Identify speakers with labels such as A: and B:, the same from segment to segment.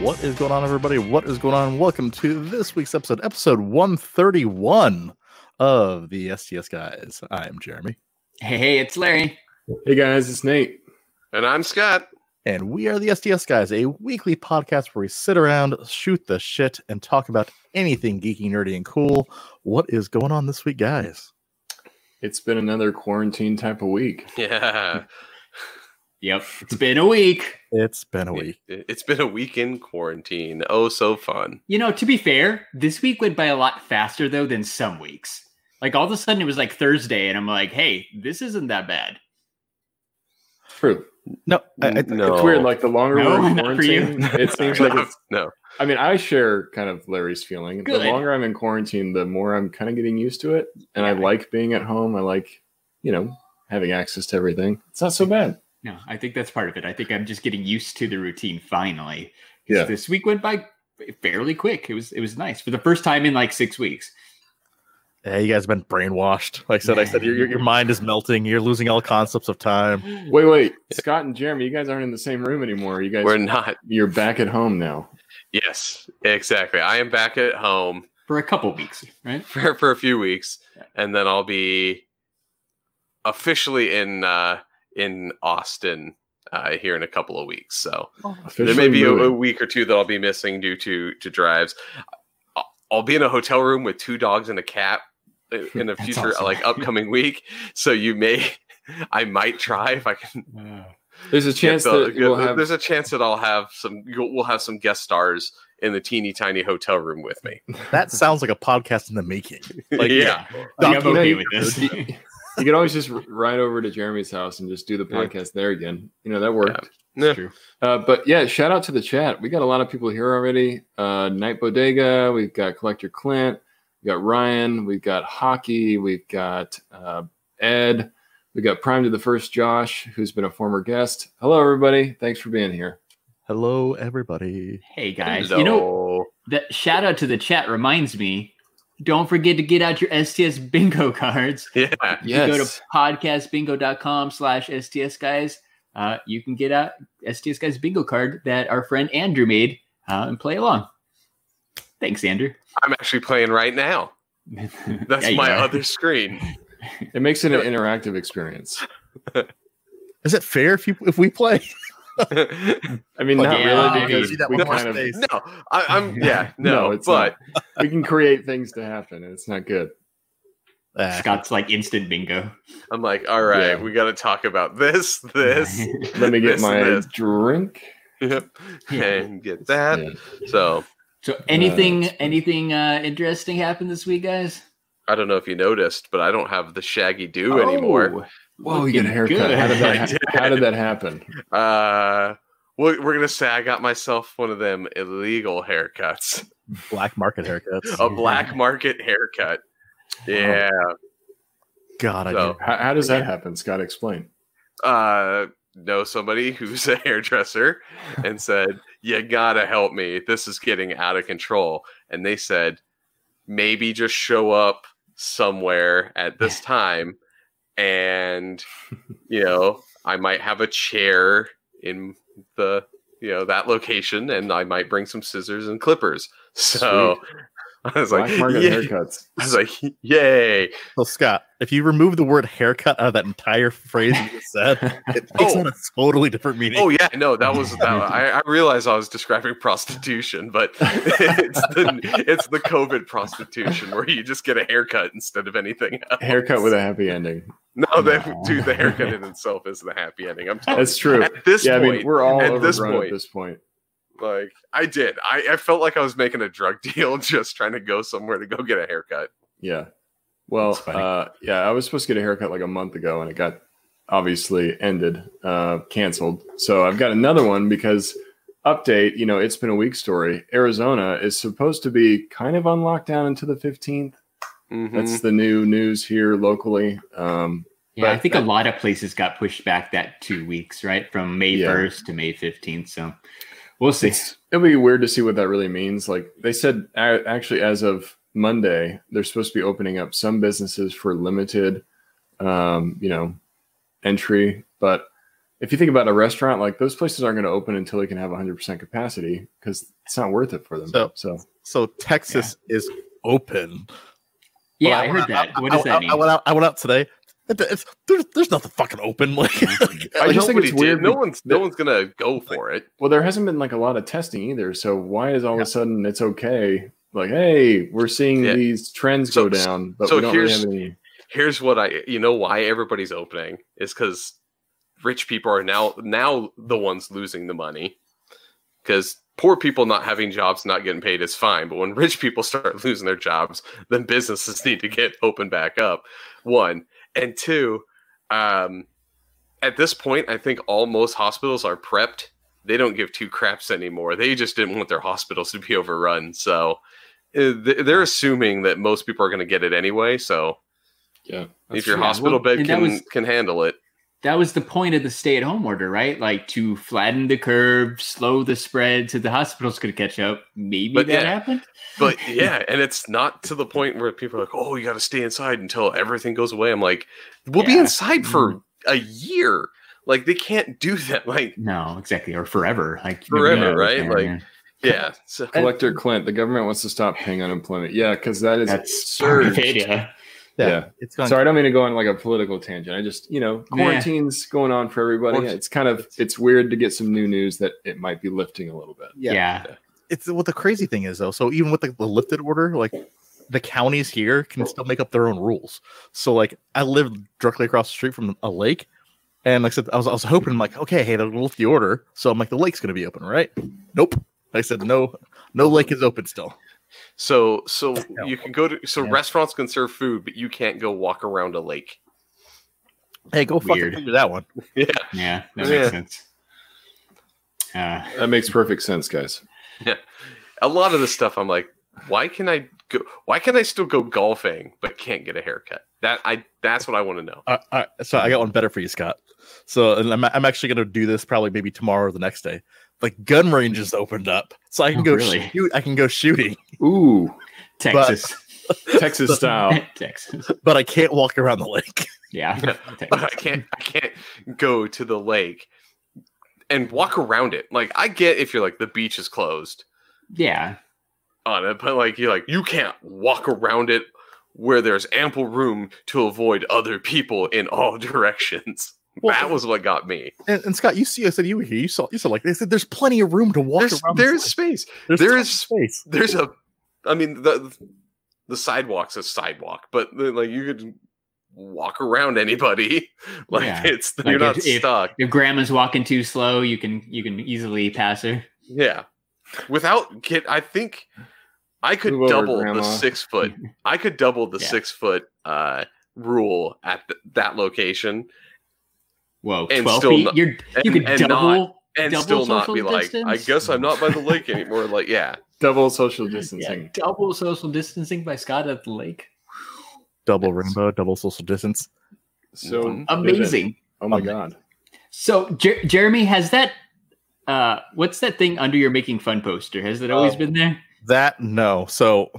A: What is going on, everybody? What is going on? Welcome to this week's episode, episode 131 of the STS Guys. I'm Jeremy,
B: Hey, hey, it's Larry.
C: Hey guys, it's Nate.
D: And I'm Scott.
A: and we are the STS Guys, a weekly podcast where we sit around, shoot the shit, and talk about anything geeky, nerdy, and cool. What is going on this week, guys?
C: It's been another quarantine type of week.
D: Yeah.
B: Yep, it's been a week.
A: It's been a week.
D: It, has been a week in quarantine. Oh, so fun.
B: You know, to be fair, this week went by a lot faster though than some weeks. Like all of a sudden it was like Thursday, and I'm like, hey, this isn't that bad.
C: True.
A: No, I, I,
D: no.
C: It's weird. Like the longer
B: No,
C: we're in
B: not for you.
C: quarantine, it seems like it's.
D: no.
C: I mean, I share kind of Larry's feeling.
B: Good.
C: The longer I'm in quarantine, the more I'm kind of getting used to it, and I
B: Yeah.
C: like being at home. I like, you know, having access to everything. It's not so bad.
B: No, I think that's part of it. I think I'm just getting used to the routine finally. 'Cause
C: Yeah.
B: This week went by fairly quick. It was it was nice for the first time in like six weeks.
A: Hey, you guys have been brainwashed. Like I said, I said your, your, your mind is melting. You're losing all concepts of time.
C: Wait, wait, Scott and Jeremy, you guys aren't in the same room anymore. You guys,
D: We're not.
C: you're back at home now.
D: Yes, exactly. I am back at home
B: For a couple weeks, right?
D: for, for a few weeks, and then I'll be officially in uh, in Austin uh, here in a couple of weeks. So
C: Officially
D: there may be a, a
C: moving.
D: week or two that I'll be missing due to to drives. I'll- I'll be in a hotel room with two dogs and a cat i- in the
B: That's
D: future,
B: awesome.
D: like upcoming week. So you may, I might try if I can
B: Uh,
C: There's a chance
D: Yeah, Bill,
C: that
D: yeah,
C: we'll have
D: there's a chance that I'll have some you'll, we'll have some guest stars in the teeny tiny hotel room with me.
A: That sounds like a podcast in the making. Like,
D: yeah.
B: I think I'm okay
C: Document-
B: with this.
C: You could always just r- ride over to Jeremy's house and just do the
D: Yeah.
C: podcast there again. You know, that worked.
D: Yeah.
B: True.
C: Uh, but yeah, shout out to the chat. We got a lot of people here already. Uh, Night Bodega, we've got Collector Clint, we got Ryan, we've got Hockey, we've got uh, Ed, we got Prime to the First Josh, who's been a former guest. Hello, everybody. Thanks for being here.
A: Hello, everybody.
B: Hey guys,
D: Hello.
B: you know that shout out to the chat reminds me don't forget to get out your STS bingo cards.
D: yeah.
C: Yes.
B: You go to podcastbingo.com slash STS guys. Uh, you can get out STS guys bingo card that our friend Andrew made uh, and play along. Thanks, Andrew.
D: I'm actually playing right now. That's
B: Yeah, you
D: my
B: are.
D: other screen.
C: It makes it an interactive experience.
A: Is it fair if you if we play?
D: no,
C: I mean,
A: Like,
C: not
B: yeah,
C: really because
A: you do that
C: we
A: one more
C: kind of
A: space.
D: I, I'm yeah, no,
C: No, it's
D: but
C: we can create things to happen, and it's not good.
A: Ah,
B: Scott's like instant bingo.
D: I'm like, all right,
C: Yeah.
D: we gotta talk about this, this,
C: Let me get
D: this,
C: my
D: and this.
C: drink.
D: Yep.
B: Yeah.
D: and get that.
C: Yeah.
D: So
B: So anything
C: that's funny.
B: anything uh, interesting happened this week, guys?
D: I don't know if you noticed, but I don't have the shaggy do anymore.
B: Oh,
C: Whoa, you got a haircut.
B: Looking good.
C: How did that?
D: I
C: ha-
D: did.
C: how did that happen?
D: Uh, we're, we're gonna say I got myself one of them illegal haircuts,
A: black market haircuts.
D: a black market haircut.
B: Oh,
D: Yeah.
A: God, I
D: So-
A: do.
C: How, how does that happen, Scott? Explain.
D: Uh, know somebody who's a hairdresser and said, "You gotta help me. This is getting out of control." And they said, "Maybe just show up somewhere at this time, and you know, I might have a chair in the." You know that location, and I might bring some scissors and clippers. So I was
C: Black
D: like,
C: market
D: "Yeah."
C: haircuts.
D: I was like, "Yay!"
A: So Scott, if you remove the word haircut out of that entire phrase you just said, it takes
D: Oh.
A: on a totally different meaning.
D: Oh yeah, no, that was that. I, I realized I was describing prostitution, but it's the it's the COVID prostitution where you just get a haircut instead of anything. Else.
C: Haircut with a happy ending.
D: No, that dude, the haircut in itself is the happy ending. I'm telling
C: That's true.
D: you. At this
C: yeah,
D: point,
C: I mean, we're all
D: at
C: overgrown
D: this
C: at
D: point.
C: this point.
D: like I did, I, I felt like I was making a drug deal, just trying to go somewhere to go get a haircut.
C: Yeah. Well,
A: That's funny.
C: uh, yeah, I was supposed to get a haircut like a month ago, and it got obviously ended, uh, canceled. So I've got another one because update, you know, it's been a week story. Arizona is supposed to be kind of on lockdown until the 15th.
D: Mhm.
C: That's the new news here locally. Um,
B: Yeah, I
C: But-
B: think a lot of places got pushed back that two weeks, right? From May
C: Yeah.
B: 1st to May 15th. So we'll see.
C: It's- it'll be weird to see what that really means. Like they said, a- actually, as of Monday, they're supposed to be opening up some businesses for limited, um, you know, entry. But if you think about a restaurant, like those places aren't going to open until they can have 100% capacity because it's not worth it for them.
A: So-
C: So,
A: So Texas is open.
B: Yeah,
A: Well,
B: I heard that. What does
A: I,
B: that
A: I-
B: mean?
A: I went out. I went out today. It- it's- there's, there's nothing fucking open. Like, like,
C: I just think
D: Nobody
C: it's weird.
D: did. No
C: be-
D: one's no one's gonna go for it.
C: well, there hasn't been like a lot of testing either. So why is all of a sudden it's okay? Like, hey, we're seeing
D: Yeah.
C: these trends
D: So-
C: go down, but
D: so
C: we don't really
D: here's-
C: have any.
D: Here's what I you know why everybody's opening is because rich people are now now the ones losing the money because poor people not having jobs not getting paid is fine but when rich people start losing their jobs then businesses need to get open back up one and two um, at this point i think all most hospitals are prepped they don't give two craps anymore they just didn't want their hospitals to be overrun so uh, th- they're assuming that most people are going to get it anyway so
C: Yeah.
D: if your
B: true.
D: hospital
B: Well,
D: bed
B: and that
D: can
B: was-
D: can handle it
B: that was the point of the stay at home order, right? Like to flatten the curve, slow the spread so the hospitals could catch up. Maybe
D: But
B: that
D: yeah.
B: happened.
D: but yeah, and it's not to the point where people are like, "Oh, you got to stay inside until everything goes away." I'm like, "We'll be
B: Yeah. Mm-hmm.
D: inside for a year." Like they can't do that. Like
B: No, exactly. Or forever. Like
D: Forever,
B: nobody
D: right?
B: can,
D: Like,
B: yeah.
D: yeah, so
C: Collector Clint, the government wants to stop paying unemployment. Yeah, because that is
B: that's
C: absurd.
B: absurd. Yeah.
C: Yeah.
A: It's going.
C: Sorry, I don't mean to go on like a political tangent. I just, you know,
B: Nah.
C: quarantine's going on for everybody.
D: Quarant-
C: It's kind of it's weird to get some new news that it might be lifting a little bit.
A: Yeah. It's what the crazy thing is though. So even with the, the lifted order, like the counties here can still make up their own rules. So like I live directly across the street from a lake, and like I said, I was, I was hoping I'm like, okay, hey, they're gonna lift the order, so I'm like, the lake's gonna be open, right? Nope. I said no, no lake is open still.
D: so so
A: No.
D: you can go to so
A: Yeah.
D: restaurants can serve food, but you can't go walk around a lake.
A: Hey, go fucking
B: Weird.
A: figure that one.
B: Yeah. That
D: Yeah.
B: makes sense. Uh,
C: That makes perfect sense, guys.
D: A lot of this stuff, I'm like, why can I go? Why can I still go golfing but can't get a haircut? That I that's what I want to know.
A: Uh, uh, so I got one better for you, Scott. So and I'm, I'm actually going to do this probably maybe tomorrow or the next day. The gun range is opened up, so I can
B: Oh,
A: go
B: really?
A: shoot. I can go shooting,
C: Ooh,
B: Texas.
C: Texas style.
B: Texas.
A: but I can't walk around the lake.
B: Yeah.
D: but I
B: Texas.
D: can't I can't go to the lake and walk around it. Like I get if you're like the beach is closed
B: Yeah.
D: on it, but like you're like you can't walk around it where there's ample room to avoid other people in all directions.
A: Well-
D: that was what got me.
A: And, and Scott, you see, I said you were here. You saw, you saw, like they said, there's plenty of room to walk
D: There's,
A: around.
D: there's
A: this
D: space.
A: lake. there's
D: there
A: tons
D: is-
A: of space.
D: There's a. I mean the the sidewalks a sidewalk, but like you could walk around anybody. Like
B: Yeah.
D: it's
B: Like,
D: you're not
B: if- if-
D: stuck.
B: If grandma's walking too slow, you can you can easily pass her.
D: Yeah. Without get I think I could
C: Move over,
D: double the
C: Grandma.
D: six foot. I could double the
B: Yeah.
D: six foot uh rule at th- that location
B: Whoa,
D: And
B: twelve
D: still
B: feet.
D: not-
B: You're you
D: and-
B: could
D: and not-
B: double
D: and
B: Double
D: still not
B: social
D: be like I
B: distance?
D: guess I'm not by the lake anymore. Like yeah.
C: Double social
B: yeah,
C: distancing.
B: double social distancing by Scott at the lake.
A: Double rainbow, double social distance.
C: So
B: Mm-hmm. Amazing.
C: Oh my
A: Amazing.
C: god.
B: So Jer- Jeremy, has that uh what's that thing under your making fun poster? Has that always
A: Oh,
B: been there?
A: That no. So,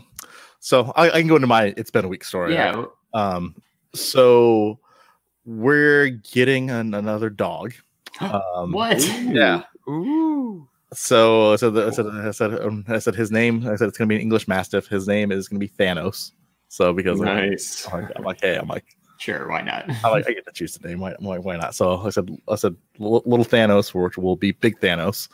A: so I, I can go into my. It's been a week story.
B: yeah.
A: Um, so we're getting an, another dog. Um,
B: what?
A: Yeah.
D: Ooh.
A: So, so the, I said, I said, um, I said his name. I said it's gonna be an English Mastiff. His name is gonna be Thanos. So because like,
C: Nice.
A: I'm, like, I'm like, hey, I'm like,
B: Sure, why not?
A: I like, I get to choose the name. Why, why, why not? So I said, I said, "Li- little Thanos, which will be big Thanos.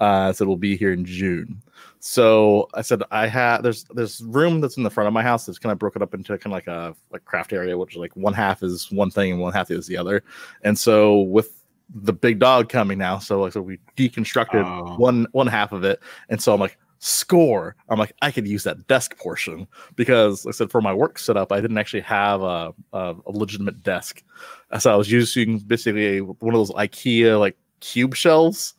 A: Uh, I said, will be here in June. So I said, I had there's there's room that's in the front of my house that's kind of broken up into kind of like a like craft area, which is like one half is one thing and one half is the other. And so with the big dog coming now, so like so we deconstructed
B: Oh.
A: one one half of it, and so I'm like score. I'm like I could use that desk portion because like I said for my work setup, I didn't actually have a, a, a legitimate desk, so I was using basically a, one of those IKEA like cube shelves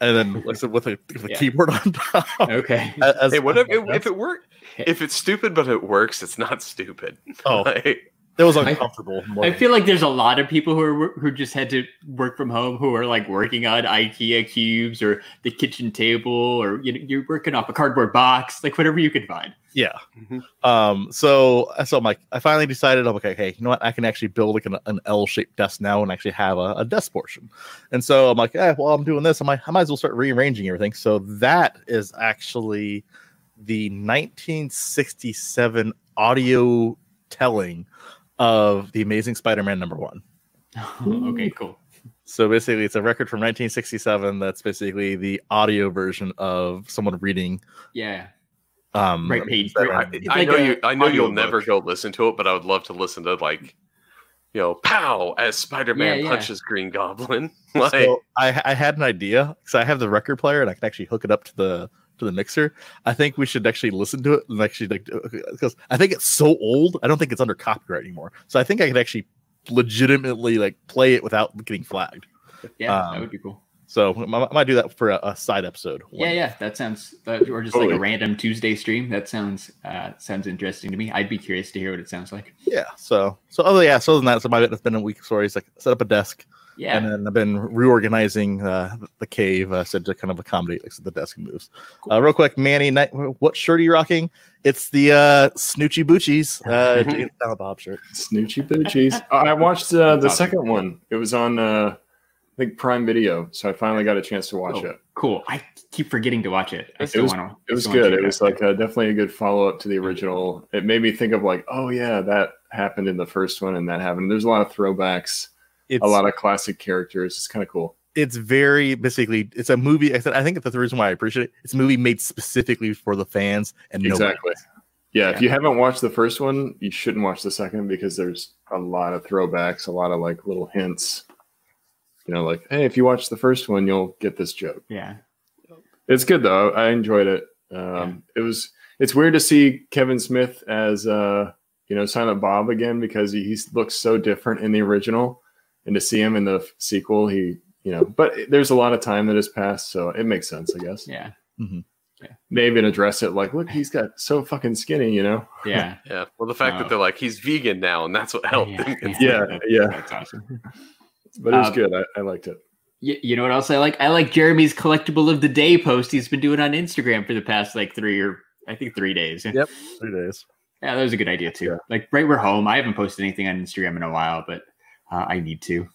A: and then like I said, with a, with a
B: Yeah.
A: keyboard on top.
B: Okay.
A: As-
D: Hey, what if,
A: as-
D: if, if it worked? If it's stupid but it works, it's not stupid.
A: Oh,
D: Like,
A: that was uncomfortable. more
B: I
A: than-
B: feel like there's a lot of people who are who just had to work from home who are like working on IKEA cubes or the kitchen table or you know, you're working off a cardboard box, like whatever you could find.
A: Yeah.
D: Mhm.
B: Mm-hmm.
A: Um. So so I'm like, I finally decided. I'm like, okay, you know what? I can actually build like an, an L-shaped desk now and actually have a, a desk portion. And so I'm like, eh, while I'm doing this, I might I might as well start rearranging everything. So that is actually the 1967 audio telling of the Amazing Spider-Man number one.
B: okay, cool.
A: So basically, it's a record from 1967. That's basically the audio version of someone reading.
B: Yeah.
A: Um,
B: Right page.
D: I,
B: Right. It's
D: I
B: like
D: know
B: a
D: you. I know you'll
A: audiobook.
D: never go listen to it, but I would love to listen to like, you know, pow as Spider-Man
B: Yeah, yeah.
D: punches Green Goblin. Like,
A: so I, I had an idea because I have the record player and I can actually hook it up to the to the mixer. I think we should actually listen to it and actually like because I think it's so old. I don't think it's under copyright anymore. So I think I could actually legitimately like play it without getting flagged.
B: Yeah, that
A: Um,
B: would be cool.
A: So I might- I might do that for a, a side episode.
B: Yeah, yeah, that sounds. That, or just like
D: Totally.
B: a random Tuesday stream. That sounds uh, sounds interesting to me. I'd be curious to hear what it sounds like.
A: yeah. So so other yeah. So other than that, so my it's been a week. Sorry, it's like set up a desk
B: Yeah.
A: and then I've been reorganizing uh, the cave. I said to kind of accommodate like, so the desk moves. Uh, real quick, Manny, night, what shirt are you rocking? It's the uh, Snoochie Boochies. Uh,
D: Mhm.
A: it's not a Bob shirt.
C: Snoochie Boochies. Oh, I watched uh, the
B: Awesome.
C: second one. It was on, uh, I think, Prime Video. So I finally got a chance to watch
B: Oh,
C: it.
B: Cool. I keep forgetting to watch it. I
C: It
B: still
C: was-
B: want to.
C: It was good. It was like uh definitely a good follow up to
A: Mm-hmm.
C: the original. It made me think of like, oh yeah, that happened in the first one, and that happened. There's a lot of throwbacks,
A: It's
C: a lot of classic characters. It's kind of cool.
A: It's very basically. It's a movie. I said. I think that's the reason why I appreciate it. It's a movie made specifically for the fans and no
C: exactly. Yeah,
B: Yeah.
C: if you haven't watched the first one, you shouldn't watch the second because there's a lot of throwbacks, a lot of like little hints. You know, like, hey, if you watch the first one, you'll get this joke.
B: Yeah.
C: It's good though. I enjoyed it. Um, It was. It's weird to see Kevin Smith as uh, you know Silent Bob again because he, he looks so different in the original, and to see him in the f- sequel, he you know. But it- there's a lot of time that has passed, so it makes sense, I guess.
B: Yeah.
C: They even address it like, look, he's got so fucking skinny, you know.
B: Yeah.
D: yeah. Well, the fact
C: uh,
B: Wow.
D: that they're like he's vegan now, and that's what helped
B: Yeah,
D: him. It's
B: yeah.
C: yeah.
B: That's awesome.
C: But it was
B: Um,
C: good. I, I liked it.
B: Y- you know what else I like? I like Jeremy's collectible of the day post he's been doing on Instagram for the past like three or I think three days.
A: Yep. three days.
B: Yeah, that was a good idea too.
C: Yeah.
B: Like right, we're home. I haven't posted anything on Instagram in a while, but uh, I need to.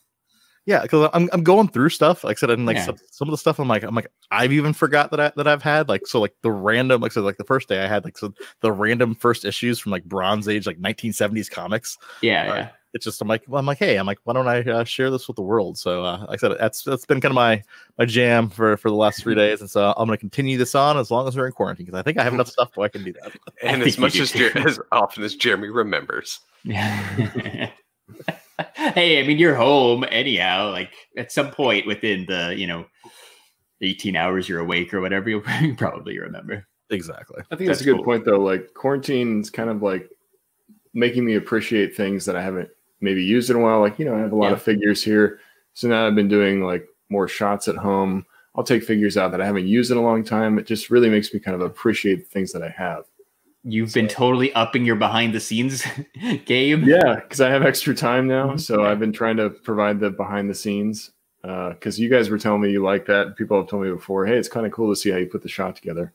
A: Yeah, because I'm I'm going through stuff. Like I said, and like
B: Yeah.
A: some, some of the stuff I'm like I'm like I've even forgot that I that I've had like so like the random like so like the first day I had like so the random first issues from like Bronze Age like 1970s comics.
B: Yeah.
A: Right.
B: yeah.
A: It's just I'm like well, I'm like hey I'm like why don't I uh, share this with the world? So uh, like I said that's that's been kind of my my jam for for the last three days, and so I'm gonna continue this on as long as we're in quarantine because I think I have enough stuff where I can do that.
D: And
B: I think
D: as
B: you
D: much
B: do
D: as
B: too.
D: Jer- as often as Jeremy remembers,
B: Yeah. hey, I mean, you're home anyhow. Like at some point within the, you know, 18 hours you're awake or whatever, you'll probably remember.
A: Exactly.
C: I think
B: that's
C: that's, a good
B: cool.
C: point though. Like quarantine's kind of like making me appreciate things that I haven't maybe used in a while. Like, you know, I have a lot
B: Yeah.
C: of figures here. So now I've been doing like more shots at home. I'll take figures out that I haven't used in a long time. It just really makes me kind of appreciate the things that I have.
B: You've been totally upping your behind the scenes game.
C: Yeah, because I have extra time now.
B: Mhm.
C: So I've been trying to provide the behind the scenes. Because you guys were telling me you like that. People have told me before, hey, it's kind of cool to see how you put the shot together.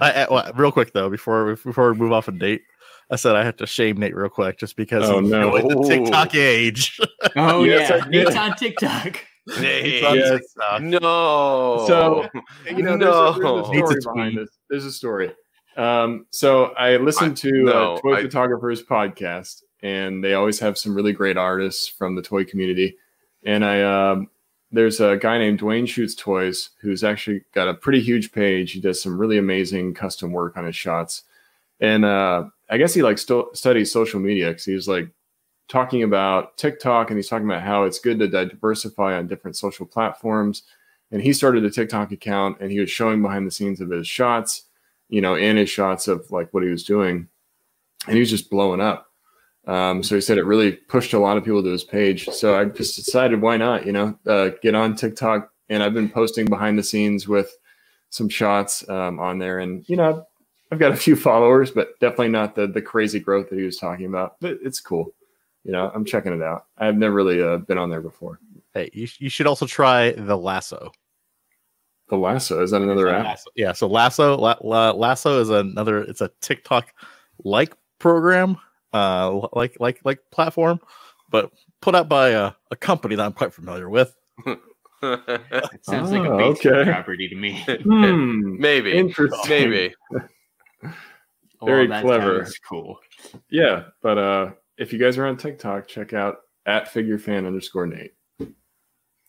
A: I, I, well, real quick though, before before we move off a date, I said I have to shame Nate real quick just because
C: Oh,
A: he's
C: no.
A: going to TikTok age.
B: Oh
C: Yes, I
B: yeah,
C: did.
B: it's on TikTok.
A: He's
D: Nate,
A: on
C: Yes.
A: TikTok.
D: no.
C: So- you know, there's, a, there's a
D: No.
C: story
A: Needs a
C: behind
A: tweet.
C: this. There's a story. Um, so I listened to
D: no,
C: uh, Toy
D: I-
C: Photographers podcast, and they always have some really great artists from the toy community. And I, um, there's a guy named Dwayne Shoots Toys who's actually got a pretty huge page. He does some really amazing custom work on his shots, and uh, I guess he like sto- studies social media because he was like talking about TikTok, and he's talking about how it's good to diversify on different social platforms and he started a TikTok account and he was showing behind the scenes of his shots, you know, and his shots of like what he was doing, and he was just blowing up. Um, so he said it really pushed a lot of people to his page. So I just decided, why not, you know, uh, get on TikTok and I've been posting behind the scenes with some shots um, on there, and you know, I've got a few followers, but definitely not the the crazy growth that he was talking about. But it's cool, you know. I'm checking it out. I've never really uh, been on there before.
A: Hey, you, sh- you should also try the lasso. Uh,
C: The lasso is that another app?
A: Lasso- Yeah, so lasso la, la, lasso is another. It's a TikTok like program, uh, like like like platform, but put out by a, a company that I'm quite familiar with.
B: It sounds like a
C: Oh,
B: Facebook
C: okay.
B: property to me.
C: Hmm.
D: maybe,
C: Interesting.
D: maybe.
B: Oh,
C: Very
B: that
C: clever.
B: sounds cool.
C: Yeah, but uh, if you guys are on TikTok, check out at figurefan underscore Nate.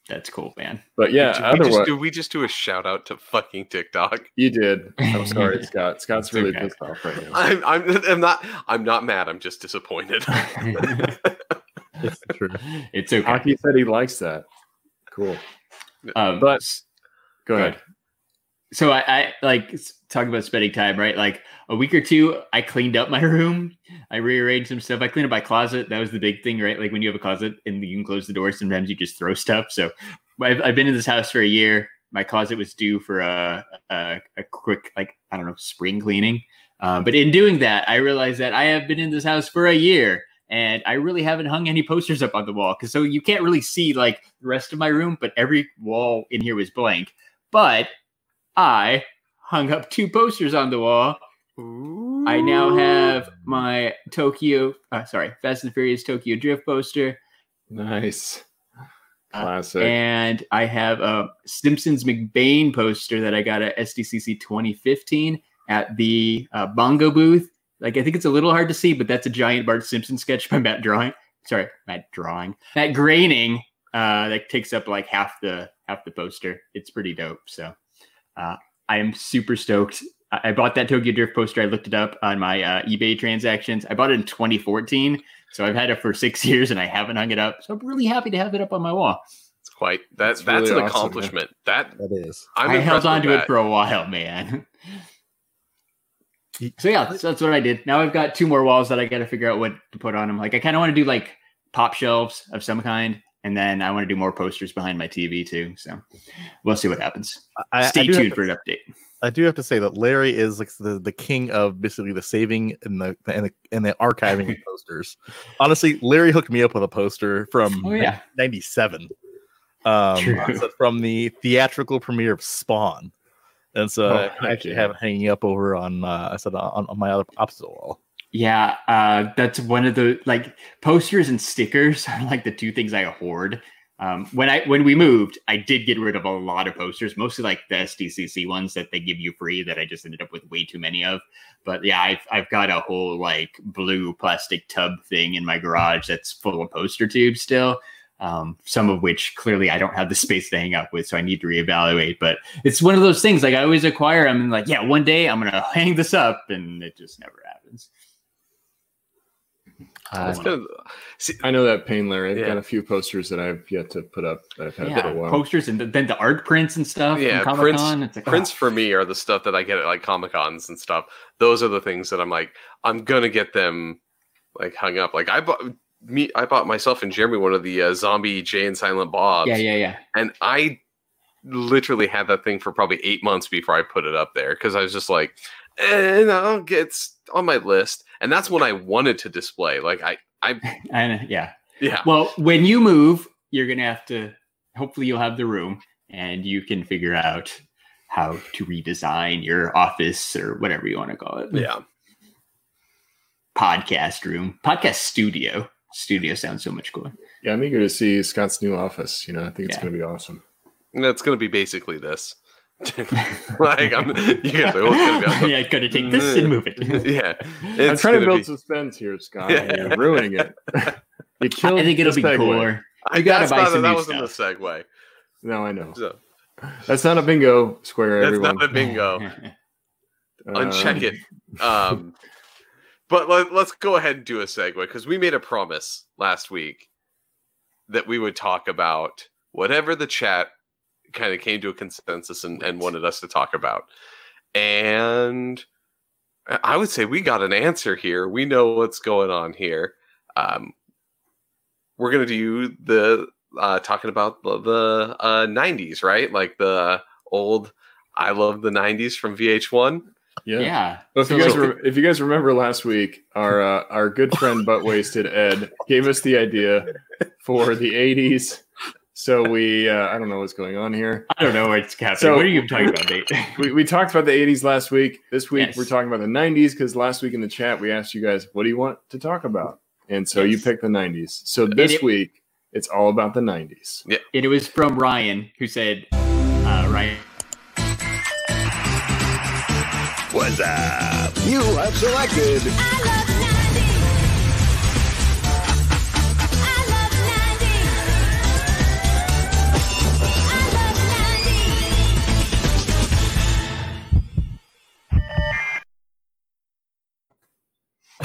B: That's cool, man.
C: But yeah,
D: did, we
C: otherwise
D: just, did we just do a shout out to fucking TikTok?
C: you did. I'm sorry, Scott. Scott's
B: It's
C: really
B: okay.
C: pissed off right now.
D: I'm, I'm, I'm not. I'm not mad. I'm just disappointed.
A: It's true.
B: it's okay.
C: Hockey said he likes that. Cool.
B: Um,
C: But go
B: Good.
C: ahead.
B: so I, I like s- talk about spending time, right? Like a week or two, I cleaned up my room. I rearranged some stuff. I cleaned up my closet. That was the big thing, right? Like when you have a closet and you can close the door, sometimes you just throw stuff. So I've, I've been in this house for a year. My closet was due for a, a, a quick, like, I don't know, spring cleaning. Uh, but in doing that, I realized that I have been in this house for a year and I really haven't hung any posters up on the wall. Cause so you can't really see like the rest of my room, but every wall in here was blank. But I hung up two posters on the wall. I now have my Tokyo, uh, sorry, Fast and Furious Tokyo Drift poster,
C: Nice.
B: Uh,
C: Classic.
B: and I have a Simpsons McBain poster that I got at SDCC 2015 at the uh, Bongo booth. Like, I think it's a little hard to see, but that's a giant Bart Simpson sketch by Matt Drawing. Sorry, Matt Drawing. Matt Graining uh, that takes up like half the half the poster. It's pretty dope. So uh, I am super stoked. I I bought that Tokyo Drift poster. I looked it up on my uh, eBay transactions. I bought it in 2014, so I've had it for six years and I haven't hung it up. So I'm really happy to have it up on my wall.
D: It's quite that.
C: That's
D: That's,
C: really
D: an
C: awesome, man.
D: accomplishment. that
A: That is.
D: I'm
B: i held
D: impressed
B: on
D: with
B: to
D: that.
B: it for a while, man.
A: Y-
B: So yeah, so that's what I did. Now I've got two more walls that I got to figure out what to put on them. Like I kind of want to do like pop shelves of some kind, and then I want to do more posters behind my TV too. So we'll see what happens.
A: I,
B: Stay
A: I do have
B: tuned
A: to-
B: for an update.
A: I do have to say that Larry is like the, the king of basically the saving and the and the, and the archiving of posters. Honestly, Larry hooked me up with a poster from
B: Oh, yeah.
A: '97, um,
B: True.
A: so from the theatrical premiere of Spawn, and so
C: Oh, heck
A: I actually
C: yeah.
A: have it hanging up over on uh, I said on, on my other opposite wall.
B: Yeah, uh, that's one of the like posters and stickers are like the two things I hoard. Um, when I when we moved, I did get rid of a lot of posters, mostly like the SDCC ones that they give you free that I just ended up with way too many of. But yeah, I've I've got a whole like blue plastic tub thing in my garage that's full of poster tubes still. Um, some of which clearly I don't have the space to hang up with, so I need to reevaluate. But it's one of those things like I always acquire. I'm like, yeah, one day I'm gonna hang this up, and it just never happens.
D: That's good. See,
C: I know that pain, Larry. I've
D: Yeah.
C: got a few posters that I've yet to put up that I've had for a
B: yeah,
C: while.
B: posters and th- then the art prints and stuff.
D: Yeah,
B: from
D: prints-
B: Comic-Con. It's like,
D: prints
B: oh,
D: for me are the stuff that I get at like comic cons and stuff. Those are the things that I'm like, I'm gonna get them like hung up. Like I bought me, I bought myself and Jeremy one of the uh, zombie Jay and Silent Bob's,
B: yeah, yeah, yeah.
D: and I literally had that thing for probably eight months before I put it up there because I was just like, eh, no, it's on my list, and that's what I wanted to display. Like I,
B: And yeah.
D: yeah,
B: Well, when you move, you're gonna have to. Hopefully, you'll have the room, and you can figure out how to redesign your office or whatever you want to call it.
D: yeah.
B: Podcast room, podcast studio. Studio sounds so much cooler.
C: Yeah, I'm eager to see Scott's new office. You know, I think it's
B: Yeah.
C: going to be awesome.
D: And That's gonna be basically this. like I'm, you guys are gonna be.
B: yeah, I'm gonna take this and move it.
D: yeah,
C: I'm
D: it's
C: trying to
D: gonna
C: build
D: be-
C: suspense here, Scott. and You're ruining it. you killed.
B: I think it'll
C: the
B: be
C: segue.
B: cooler.
D: I
B: gotta
D: that's
B: buy
D: not-
B: some
D: That
B: new
D: wasn't a segue.
C: No, I know.
D: So
C: That's not a bingo square,
D: that's
C: everyone.
D: not a bingo.
C: Uh,
D: Uncheck it. Um, but let, us go ahead and do a segue because we made a promise last week that we would talk about whatever the chat kind of came to a consensus and, and wanted us to talk about. And I- I would say we got an answer here. We know what's going on here. Um, we're gonna do the uh, talking about the, the uh, 90s, right? Like the old I Love the 90s from VH1.
C: Yeah.
B: Yeah.
C: Well, if you
B: So-
C: guys re- if you guys remember last week, our uh, our good friend butt wasted Ed gave us the idea for the '80s. So we uh, I don't know what's going on here.
B: I don't know what's happening.
C: So-
B: what are you talking about, Nate?
C: We, we talked about the '80s last week. This week
B: Yes.
C: we're talking about the '90s because last week in the chat we asked you guys what do you want to talk about, and so you
B: Yes.
C: picked the '90s. So this
B: it-
C: week it's all about the '90s.
B: and it was from Ryan who said, uh, Ryan,
E: What's up? You have selected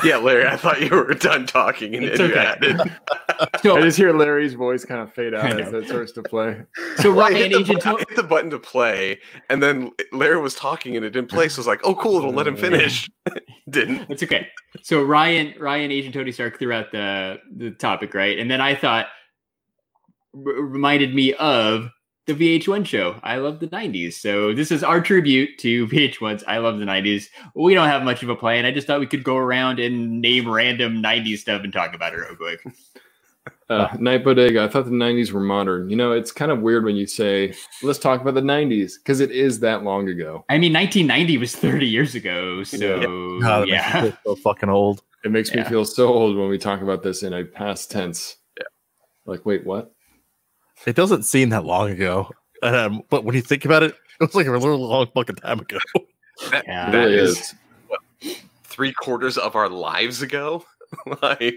D: Yeah, Larry, I thought you were done talking and
B: It's
D: then
B: okay.
D: you added.
C: I
B: so,
C: just hear Larry's voice kind of fade
B: I
C: out
B: know.
C: as that starts to play.
B: so
D: Well, I
B: Ryan,
D: hit, the,
B: Agent
D: bu- I
B: Tony.
D: hit the button to play, and then Larry was talking and it didn't play. So I was like, oh, cool, it'll let
C: Uh,
D: him finish. didn't.
B: That's okay. So Ryan, Ryan, Agent Tony Stark threw out the the topic, right? And then I thought r- reminded me of the VH1 show. I love the '90s, so this is our tribute to VH1's I Love the '90s. We don't have much of a plan. I just thought we could go around and name random '90s stuff and talk about it real quick.
C: Uh, Night Bodega. I thought the 90s were modern. You know, it's kind of weird when you say, let's talk about the 90s because it is that long ago.
B: I mean, 1990 was 30 years ago, so
A: God, that makes me
B: yeah.
A: feel so fucking old.
C: It makes me
B: Yeah.
C: feel so old when we talk about this in a past tense. Yeah. Like, wait, what?
A: It doesn't seem that long ago, um, but when you think about it, it was like a really long fucking time ago.
D: That,
B: Yeah.
C: It
D: that
C: really
D: is
C: is.
D: three quarters of our lives ago. like,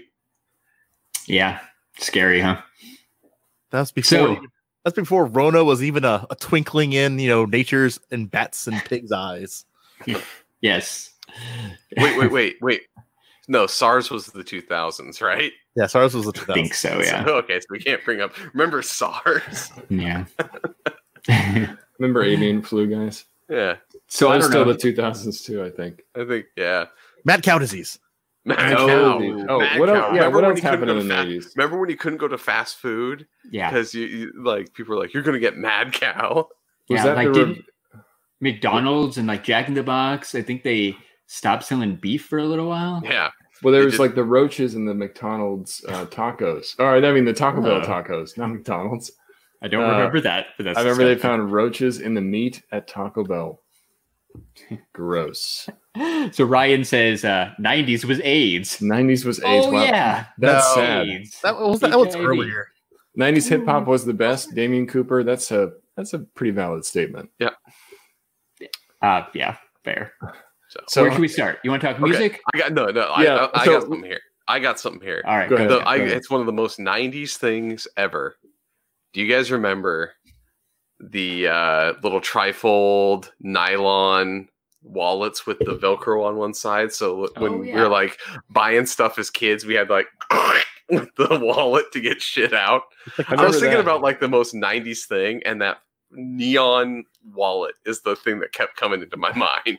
B: Yeah, scary, huh?
A: That's before.
B: So-
A: that's before Rona was even a, a twinkling in, you know, nature's and bats and pigs' eyes.
B: Yes.
D: wait, wait, wait, wait. No, SARS was the 2000s, right?
A: Yeah, so ours was the
B: I
A: 2000s.
B: think so. Yeah.
D: So- okay, so we can't bring up. Remember SARS?
B: Yeah.
C: Remember avian flu, guys?
D: yeah,
C: So
B: I
C: that was
B: don't
C: still
B: know.
C: the 2000s, too, I think.
D: I think, yeah.
A: Mad cow disease.
D: Mad
B: Oh,
D: Cow.
C: Oh,
D: Mad
C: what,
D: Cow.
C: else, yeah,
D: Remember
C: what
D: when
C: else
D: you couldn't
C: happened
D: go
C: in the
D: to fa-
C: 90s?
D: Remember when you couldn't go to fast food
B: Yeah.
D: because you, you like people were like you're gonna get mad cow.
C: Was
B: yeah,
C: that
B: like
C: the re-
B: did McDonald's and like Jack in the Box. I think they stopped selling beef for a little while.
D: Yeah,
C: Well,
D: They
C: there was
D: just-
C: like the roaches and the McDonald's uh, tacos. All right, I mean the Taco Bell
B: Oh.
C: tacos, not McDonald's.
B: I don't
C: Uh,
B: remember that, but that's
C: I remember they
B: disgusting.
C: found roaches in the meat at Taco Bell. Gross.
B: So Ryan says uh, '90s was AIDS.
C: 90s was Mm, AIDS.
B: Oh
C: Wow.
B: yeah,
C: That's
A: No.
C: sad.
B: AIDS.
A: That was that was
B: HIV.
A: earlier.
C: 90s hip hop was the best. Damien Cooper. That's a that's a pretty valid statement.
B: Uh, yeah, fair.
C: So
B: Where should we start? You want to talk
D: Okay.
B: music?
D: I got no, no.
C: Yeah,
D: I, I, I
C: so-
D: got something here. I got something here.
B: All right,
C: Go ahead.
D: The-
C: yeah,
D: I,
C: go ahead.
D: it's one of the most '90s things ever. Do you guys remember the uh, little trifold nylon wallets with the Velcro on one side? So
B: Oh,
D: when we
B: yeah.
D: were like buying stuff as kids, we had like with the wallet to get shit out. I, was
C: remember
D: thinking
C: that.
D: about like the most '90s thing, and that neon wallet is the thing that kept coming into my mind.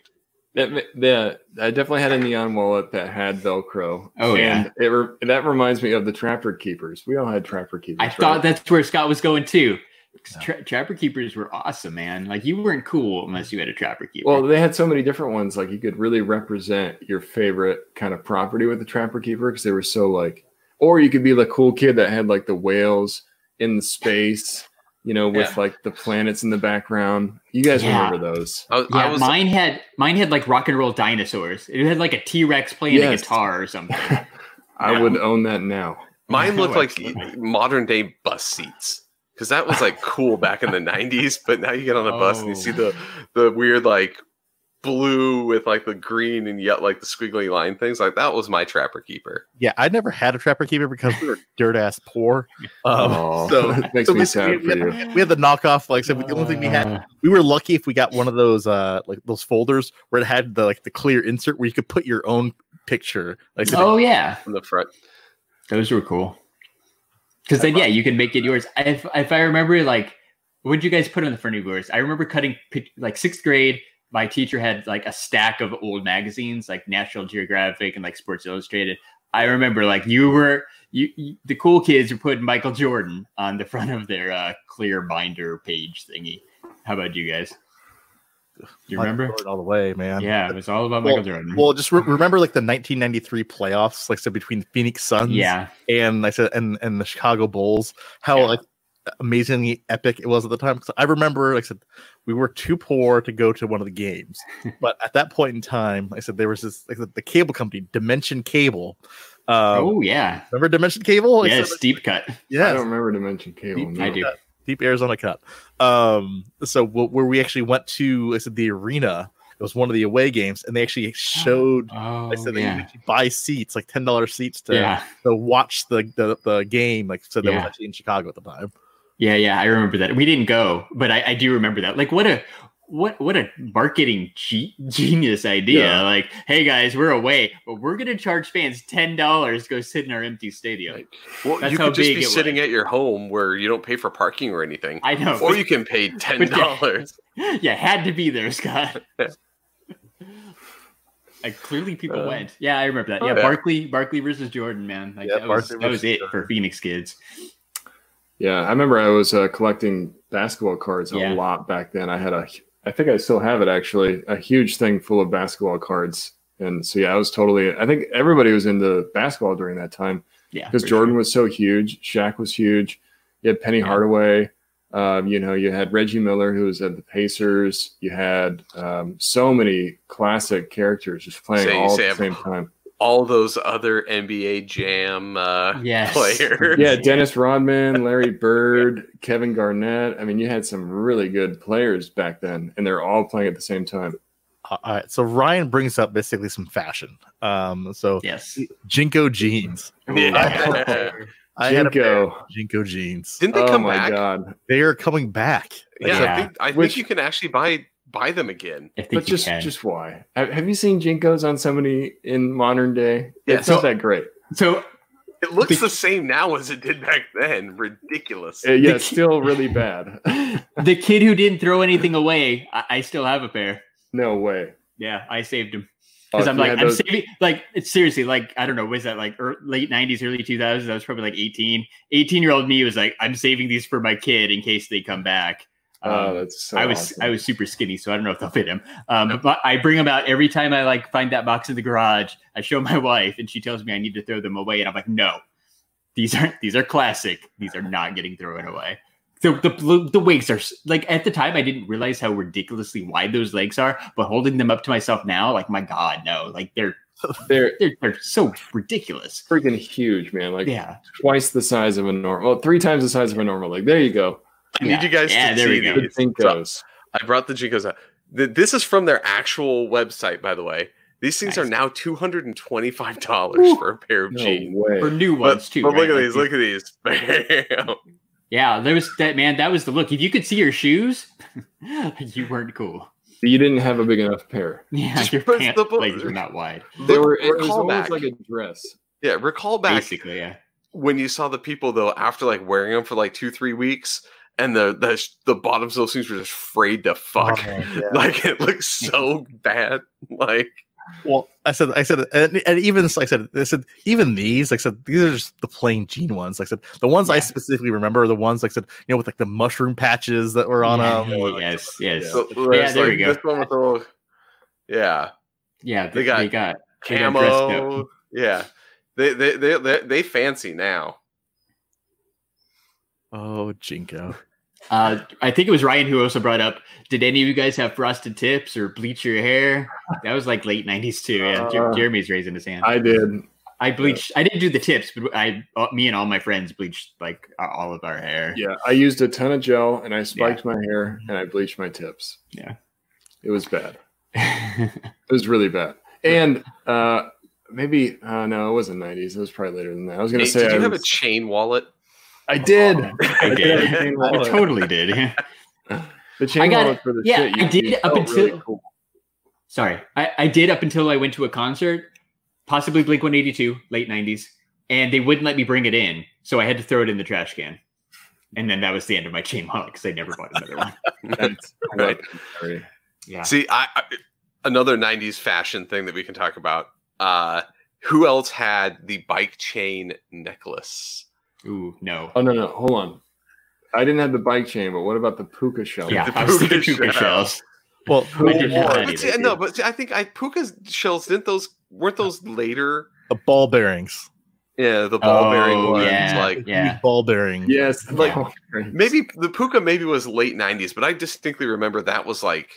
C: that, ma- yeah, I definitely had a neon wallet that had Velcro.
B: Oh,
C: and it re- that reminds me of the Trapper Keepers. We all had Trapper Keepers.
B: I
C: right?
B: thought that's where Scott was going too. 'Cause Tra- trapper keepers were awesome, man. Like you weren't cool unless you had a trapper keeper.
C: Well, they had so many different ones. Like you could really represent your favorite kind of property with the Trapper Keeper because they were so like, or you could be the cool kid that had like the whales in the space, you know, with like the planets in the background. You guys
B: Yeah.
C: remember those?
D: I, was- I
B: Yeah,
D: was
B: mine had mine had like rock and roll dinosaurs. It had like a T Rex playing a
C: Yes.
B: guitar or something.
C: I
B: Yeah.
C: would own that now.
D: Mine
B: No,
D: looked like
B: excellent.
D: modern day bus seats because that was like cool back in the '90s. But now you get on a bus and you
B: Oh.
D: see the the weird like blue with like the green and yet like the squiggly line things. Like that was my trapper keeper.
A: Yeah, I never had a trapper keeper because we were dirt ass poor. Um,
C: Aw,
A: so-
C: that makes
A: so
C: me
A: we-
C: sad
A: we-
C: for you.
A: we had the knockoff like so the only thing we had we were lucky if we got one of those uh like those folders where it had the like the clear insert where you could put your own picture like so
B: Oh yeah,
D: In the front,
B: those were cool. Because then yeah, you can make it yours. If if I remember, like what did you guys put on the front of yours? I remember cutting pic- like sixth grade. My teacher had like a stack of old magazines, like National Geographic and like Sports Illustrated. I remember like you were you, you the cool kids were putting Michael Jordan on the front of their uh, clear binder page thingy. How about you guys? You
A: Michael
B: remember?
A: Jordan all the way, man.
B: Yeah, it was all about
A: Well-
B: Michael Jordan.
A: Well, just re- remember like the 1993 playoffs, like so between Phoenix Suns,
B: yeah,
A: and like I said, and and the Chicago Bulls. How
B: Yeah.
A: like amazingly epic it was at the time. 'Cause I remember, like I said, we were too poor to go to one of the games, but at that point in time, like I said there was this like the, the cable company, Dimension Cable. Um,
B: oh yeah,
A: Remember Dimension Cable? Like I
B: yes,
A: said,
B: deep cut.
A: yes.
C: I don't remember to mention cable.
A: Deep-
C: no.
B: I do.
A: Deep Arizona Cut. Um, so wh- where we actually went to, I said the arena. It was one of the away games, and they actually showed.
B: Oh
A: I said they
B: yeah,
A: actually buy seats, like ten dollars seats to,
B: yeah,
A: to watch the, the the game. Like so, that was
B: Yeah.
A: actually in Chicago at the time.
B: yeah, yeah. I remember that. We didn't go, but I, I do remember that. Like what a what what a marketing ge- genius idea.
A: Yeah.
B: Like hey guys, we're away, but we're gonna charge fans ten dollars go sit in our empty stadium.
D: Well,
B: That's
D: you
B: how
D: could just
B: big
D: be
B: it was.
D: sitting at your home where you don't pay for parking or anything,
B: I know.
D: or
B: but-
D: you can pay ten dollars.
B: yeah, had to be there, Scott. like clearly people
D: Uh,
B: went. Yeah, I remember that. Yeah,
D: yeah.
B: Barkley, Barkley versus Jordan, man. Like
A: Yeah,
B: that was,
A: Barkley
B: that was
A: versus
B: it for Phoenix kids.
C: Yeah, I remember I was uh, collecting basketball cards a
B: Yeah.
C: lot back then. I had a, I think I still have it actually, a huge thing full of basketball cards. And so yeah, I was totally. I think everybody was into basketball during that time
B: Yeah,
C: because
B: for
C: Jordan
B: sure.
C: was so huge, Shaq was huge. You had Penny
B: Yeah.
C: Hardaway. Um, you know, you had Reggie Miller, who was at the Pacers. You had um, so many classic characters just playing
D: Say-
C: all
D: say
C: at the same time.
D: All those other NBA Jam uh,
B: Yes.
D: players.
C: yeah, Dennis Rodman, Larry Bird, Kevin Garnett. I mean, you had some really good players back then, and they're all playing at the same time.
A: Uh, all right, so Ryan brings up basically some fashion. Um, so
B: Yes.
A: Jinko jeans.
D: Yeah.
A: I had a pair of
C: Jinko.
A: Jinko jeans.
D: Didn't they
C: oh
D: come
C: my
D: back?
C: god!
A: They are coming back. Like,
D: Yeah,
B: Yeah.
D: I think, I think
C: Which-
D: you can actually buy buy them again.
B: I think
C: But
B: you
C: just,
B: can.
C: just why? Have have you seen Jinkos on somebody in modern day?
D: Yeah.
C: It's not that great. Uh,
B: so
D: It looks
B: Bec-
D: the same now as it did back then. Ridiculous.
C: Uh, yeah,
B: The
C: it's
B: ki-
C: still really bad.
B: the kid who didn't throw anything away, I, I still have a pair.
C: no way.
B: Yeah, I saved him.
C: Oh,
B: Because
C: if
B: I'm
C: you
B: like,
C: had
B: I'm
C: those-
B: saving, like, it's seriously, like, I don't know, was that like ear late 90s, early 2000s? I was probably like 18. 18 year old me was like, I'm saving these for my kid in case they come back.
C: Oh,
B: Um,
C: that's so
B: I was
C: awesome.
B: I was super skinny, so I don't know if they'll fit him. Um, but I bring them out every time I like find that box in the garage. I show my wife, and she tells me I need to throw them away, and I'm like, no, these aren't. These are classic. These are not getting thrown away. The the the wigs are s- like at the time I didn't realize how ridiculously wide those legs are, but holding them up to myself now, like my God, no, like they're
C: They're
B: they're, they're so ridiculous.
C: freaking huge, man. Like
B: Yeah,
C: twice the size of a normal. Well, three times the size of a normal. Like there you go.
D: I need you guys
B: Yeah,
D: to
B: there we
D: see
B: go.
D: these.
C: The Jinkos.
D: I brought the Jinkos out. Th- This is from their actual website, by the way. These things
B: Nice.
D: are now two hundred and twenty-five dollars
B: Woo.
D: for a pair of
C: No
D: jeans.
C: way.
B: for new
D: But,
B: ones too.
D: but
B: right?
D: look at
B: Like,
D: these! Look at these! Bam.
B: Yeah, there was that man. That was the look. If you could see your shoes, you weren't cool.
C: You didn't have a big enough pair.
B: Yeah,
D: Just
B: your
D: press
B: pants
D: the bu-
B: legs were not wide.
C: They
D: Look,
C: were it was
D: recall
C: almost
D: back.
C: like a dress.
D: yeah, recall back
B: Basically, yeah.
D: when you saw the people though after like wearing them for like two, three weeks, and the the, the bottoms of those things were just frayed to fuck.
B: Oh,
D: Like it looks so bad. Like
A: Well, I said, I said, and, and even like I said, I said, even these, like I said, these are just the plain jean ones. Like I said, the ones I
B: Yeah.
A: specifically remember are the ones, like I said, you know, with like the mushroom patches that were on uh,
B: yeah,
A: them.
B: yes, yes.
D: so-
B: Yeah,
D: it's
B: there
D: like
B: you go.
D: This one with the little, yeah,
B: Yeah,
D: They
B: they
D: got-
B: got, they got They got dressed up.
D: camo. Yeah, they they they they, they fancy now.
A: Oh, Jinko.
B: uh I think it was Ryan who also brought up, did any of you guys have frosted tips or bleach your hair? That was like late nineties too. Yeah. Jer-
C: Uh,
B: Jeremy's raising his hand. I,
C: I did.
B: bleached I didn't do the tips, but I uh, me and all my friends bleached like uh, all of our hair.
C: Yeah, I used a ton of gel and I spiked my hair and I bleached my tips.
B: Yeah.
C: It was bad. It was really bad. And uh maybe uh no, it wasn't 90s. It was probably later than that. I was going
D: Hey,
C: to say
D: did
C: I,
D: you have a Oh,
C: was-
D: chain wallet?
C: I did.
B: I
C: I did.
B: did.
C: have a chain
B: I
C: wallet.
B: totally did. yeah.
C: The chain
B: I got
C: wallet for the
B: yeah,
C: shit. you
B: I did
C: used
B: up
C: felt
B: until-
C: cool.
B: sorry I, I did up until i went to a concert possibly blink 182 late 90s and they wouldn't let me bring it in so i had to throw it in the trash can and then that was the end of my chain wallet because i never bought another one
C: That's-
D: Right.
C: Sorry.
B: yeah
D: See, I, I another '90s fashion thing that we can talk about. Uh, who else had the bike chain necklace?
B: Ooh, no.
C: Oh no, no, hold on. I didn't have the bike chain, but what about Oh, the puka shell?
B: yeah,
D: the
B: I was thinking
D: puka
B: puka
D: shell.
B: shells.
A: Well,
B: I didn't have
D: Or-
B: that
D: but
B: either,
D: see, no,
B: dude.
D: but see, I think I Puka's shells didn't those weren't those later?
A: uh, ball bearings.
D: Yeah, the ball bearing
B: Oh,
D: ones.
B: yeah.
D: Like
B: Yeah.
A: Ball bearings.
C: Yes, like
D: maybe the Puka maybe was late '90s, but I distinctly remember that was like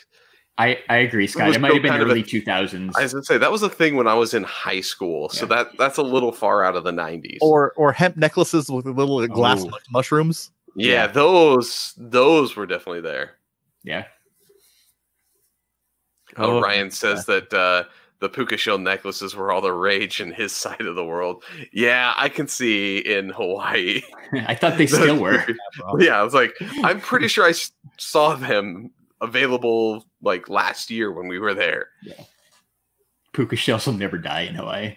B: I, I agree, Scott.
D: was
B: It might have been
D: kind of a-
B: early 2000s.
D: I was gonna say that was a thing when I was in high school. So that that's a little far out of the '90s.
A: Or or hemp necklaces with little glass
B: Oh.
A: mushrooms.
D: yeah,
B: yeah.
D: those those were definitely there.
B: Yeah.
D: Oh,
A: Oh,
D: Ryan says that uh, the puka shell necklaces were all the rage in his side of the world. Yeah, I can see in Hawaii.
B: I thought they still were.
D: yeah, I was like, I'm pretty sure I s- saw them available like last year when we were there.
B: Puka shells will never die in Hawaii.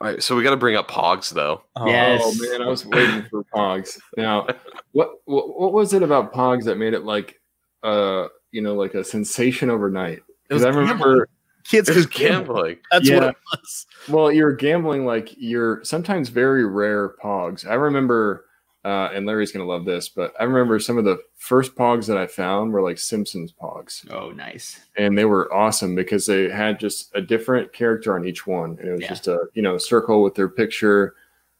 D: All right, so we got to bring up Pogs though.
B: Yes.
C: Oh man, I was waiting for Pogs. Now, what, what what was it about Pogs that made it like uh you know like a sensation overnight?
A: It
C: Because
A: was
C: I remember,
A: kids
D: It was
A: could gamble.
D: gambling.
A: That's
C: Yeah.
A: what it was.
C: well, you're gambling like your sometimes very rare Pogs. I remember, uh, and Larry's gonna love this, but I remember some of the first Pogs that I found were like Simpsons Pogs,
B: Oh, nice.
C: and they were awesome because they had just a different character on each one, and it was
B: Yeah.
C: just a you know circle with their picture.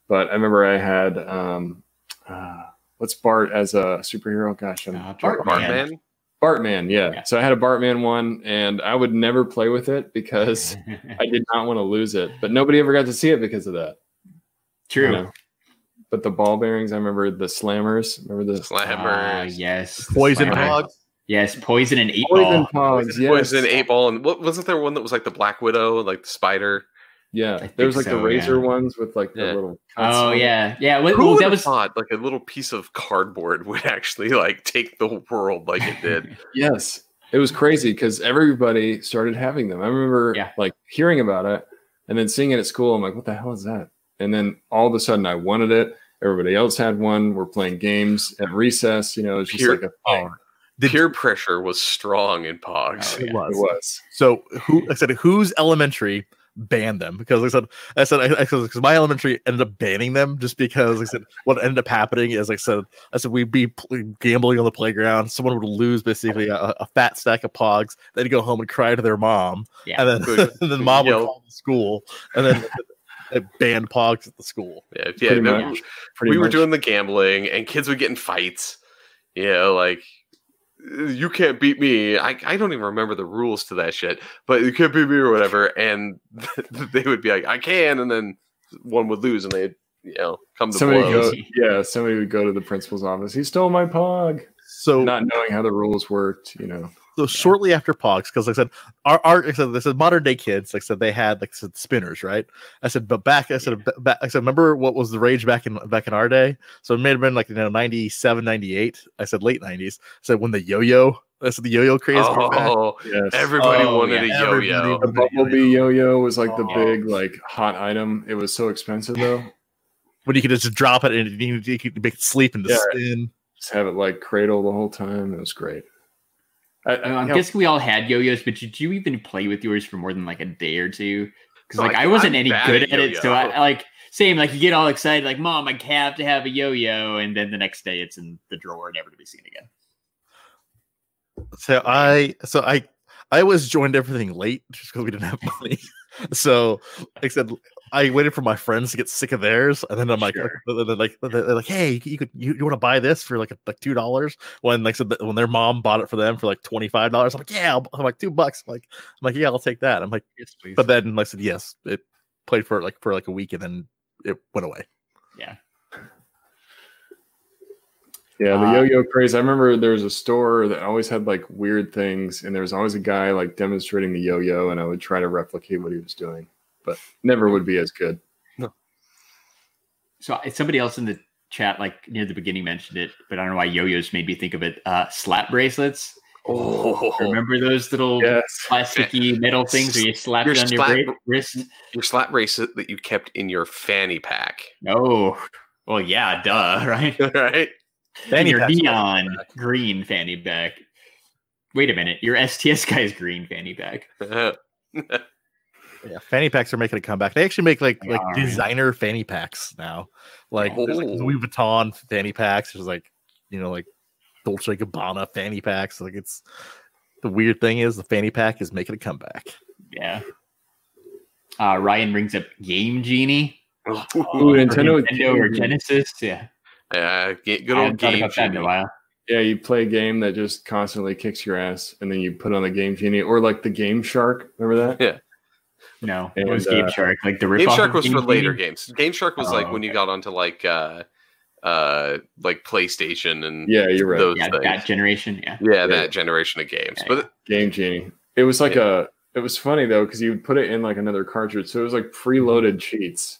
C: But I remember I had um, uh, what's Bart as a superhero? Gosh, I'm
B: Uh,
D: Bart,
B: Bartman.
D: man.
C: Bartman, yeah.
B: Yeah.
C: So I had a Bartman one, and I would never play with it because I did not want to lose it. But nobody ever got to see it because of that. you
B: True.
C: know? But the ball bearings, I remember the slammers. Remember the
B: Ah,
D: Slammers.
B: yes. the
A: Poison
B: slammer.
A: Pogs.
B: Yes, poison and eight
C: poison
B: ball.
C: pogs? Yes.
D: Poison eight ball and what wasn't there one that was like the Black Widow, like the spider?
C: Yeah.
B: think
C: There was like
B: so,
C: the razor
B: yeah.
C: ones with like the
D: Yeah.
C: little. cuts
B: Oh
C: on it.
B: yeah, yeah. Well,
D: Who
B: well,
D: would
B: that
D: have
B: was
D: thought like a little piece of cardboard would actually like take the world like it did?
C: Yes. It was crazy because everybody started having them. I remember
B: Yeah.
C: like hearing about it and then seeing it at school. I'm like, what the hell is that? And then all of a sudden I wanted it. Everybody else had one. We're playing games at recess. You know, it's just
D: Pure
C: like a thing.
A: Did-
D: Peer pressure was strong in Pogs.
B: Oh, yeah.
A: It was.
C: It was.
A: So who I said whose elementary banned them because like I said I said I, I said because my elementary ended up banning them just because like I said what ended up happening is like I said I said we'd be pl- gambling on the playground someone would lose basically a, a fat stack of pogs they'd go home and cry to their mom
B: Yeah.
A: and then
D: Good.
A: and then mom would
D: Yell.
A: call the school and then they banned pogs at the school
D: Yeah, yeah.
C: Pretty
D: no,
C: much. Pretty
D: we were
C: much.
D: doing the gambling, and kids would get in fights. You know, like you can't beat me. I, I don't even remember the rules to that shit, but you can't beat me or whatever. And they would be like, I can, and then one would lose, and they'd you know come to
C: somebody
D: blows.
C: go, yeah, somebody would go to the principal's office. He stole my pog,
A: so
C: not knowing how the rules worked. You know,
A: so shortly after Pogs, because like I said, our, our I said this is modern day kids. Like I said, they had like I said, spinners, right? I said, but back I said, ba- back, I said, remember what was the rage back in back in our day? So it may have been like you know 97, 98. I said late nineties. I said when the yo-yo, I said the yo-yo craze. came back.
D: Oh,
C: yes.
D: everybody
B: Oh,
D: wanted
B: yeah,
D: a yo-yo.
A: everybody-
C: the bumblebee yo-yo was like the
A: Oh.
C: big like hot item. It was so expensive though.
A: when you could just drop it and you, you could make it sleep and
C: Yeah.
A: just spin.
C: just have it like cradle the whole time. It was great. I, I,
B: I'm
C: you know,
B: guessing we all had yo-yos, but did you even play with yours for more than like a day or two? Because
D: No,
B: like
D: I-
B: I, wasn't
D: I'm
B: any
D: bad
B: good
D: at
B: at it, so I,
D: yo-yo.
B: I, like same. Like you get all excited, like mom, I have to have a yo-yo, and then the next day it's in the drawer, never to be seen again.
A: So I so I I always joined everything late just because we didn't have money. so like I said I waited for my friends to get sick of theirs, and then I'm like,
B: Sure.
A: they're like, they're like, hey, you, you could you, you want to buy this for like like two dollars? When like I said when their mom bought it for them for like twenty five dollars, I'm like, yeah, I'll, I'm like two bucks. I'm like I'm like, yeah, I'll take that. I'm like,
B: Yes, please.
A: but then like I said, yes, it played for like for like a week, and then it went away.
C: yeah, the
B: Uh,
C: yo-yo craze. I remember there was a store that always had like weird things, and there was always a guy like demonstrating the yo-yo, and I would try to replicate what he was doing, but never would be as good.
B: so I- somebody else in the chat, like near the beginning, mentioned it, but I don't know why yo-yos made me think of it. Uh, slap bracelets.
D: Oh,
B: Remember those little
C: Yes.
B: plasticky metal things where you slap
D: Your
B: it on your
D: slap-
B: bra- wrist?
D: your slap bracelet that you kept in your fanny pack,
B: No. Well, yeah, duh, right?
D: right?
A: Fanny
B: your
A: pack's
B: neon green fanny pack. Wait a minute, your STS guy's green fanny pack.
A: yeah, fanny packs are making a comeback. They actually make like
B: They
A: like
B: are, yeah.
A: designer fanny packs now, like, there's, like
C: Oh.
D: Ooh.
A: Louis Vuitton fanny packs. There's like you know like Dolce Gabbana fanny packs. Like it's the weird thing is the fanny pack is making a comeback.
B: Yeah. Uh, Ryan brings up Game Genie.
C: Ooh,
B: Or
C: Nintendo-
B: Nintendo or Genesis. Yeah.
D: Yeah, ga- good
B: I haven't
D: old
B: thought
D: game.
B: about that in a
D: Genie.
B: while.
C: Yeah, you play a game that just constantly kicks your ass, and then you put on the Game Genie or like the Game Shark. Remember that?
B: No,
C: And,
B: it was Game
C: uh,
B: Shark. Like the
D: Game
B: ripoff
D: Shark
B: of
D: was
B: Game
D: for later
B: Genie.
D: games. Game Shark was
B: Oh,
D: like when you
B: okay.
D: got onto like uh uh like PlayStation and
C: Yeah, you're right.
D: those
B: Yeah,
D: things.
B: that generation. Yeah.
D: yeah,
C: Yeah.
D: that generation of games.
B: Yeah,
D: But
C: Game Genie. It was like a. It was funny though because you would put it in like another cartridge, so it was like preloaded cheats,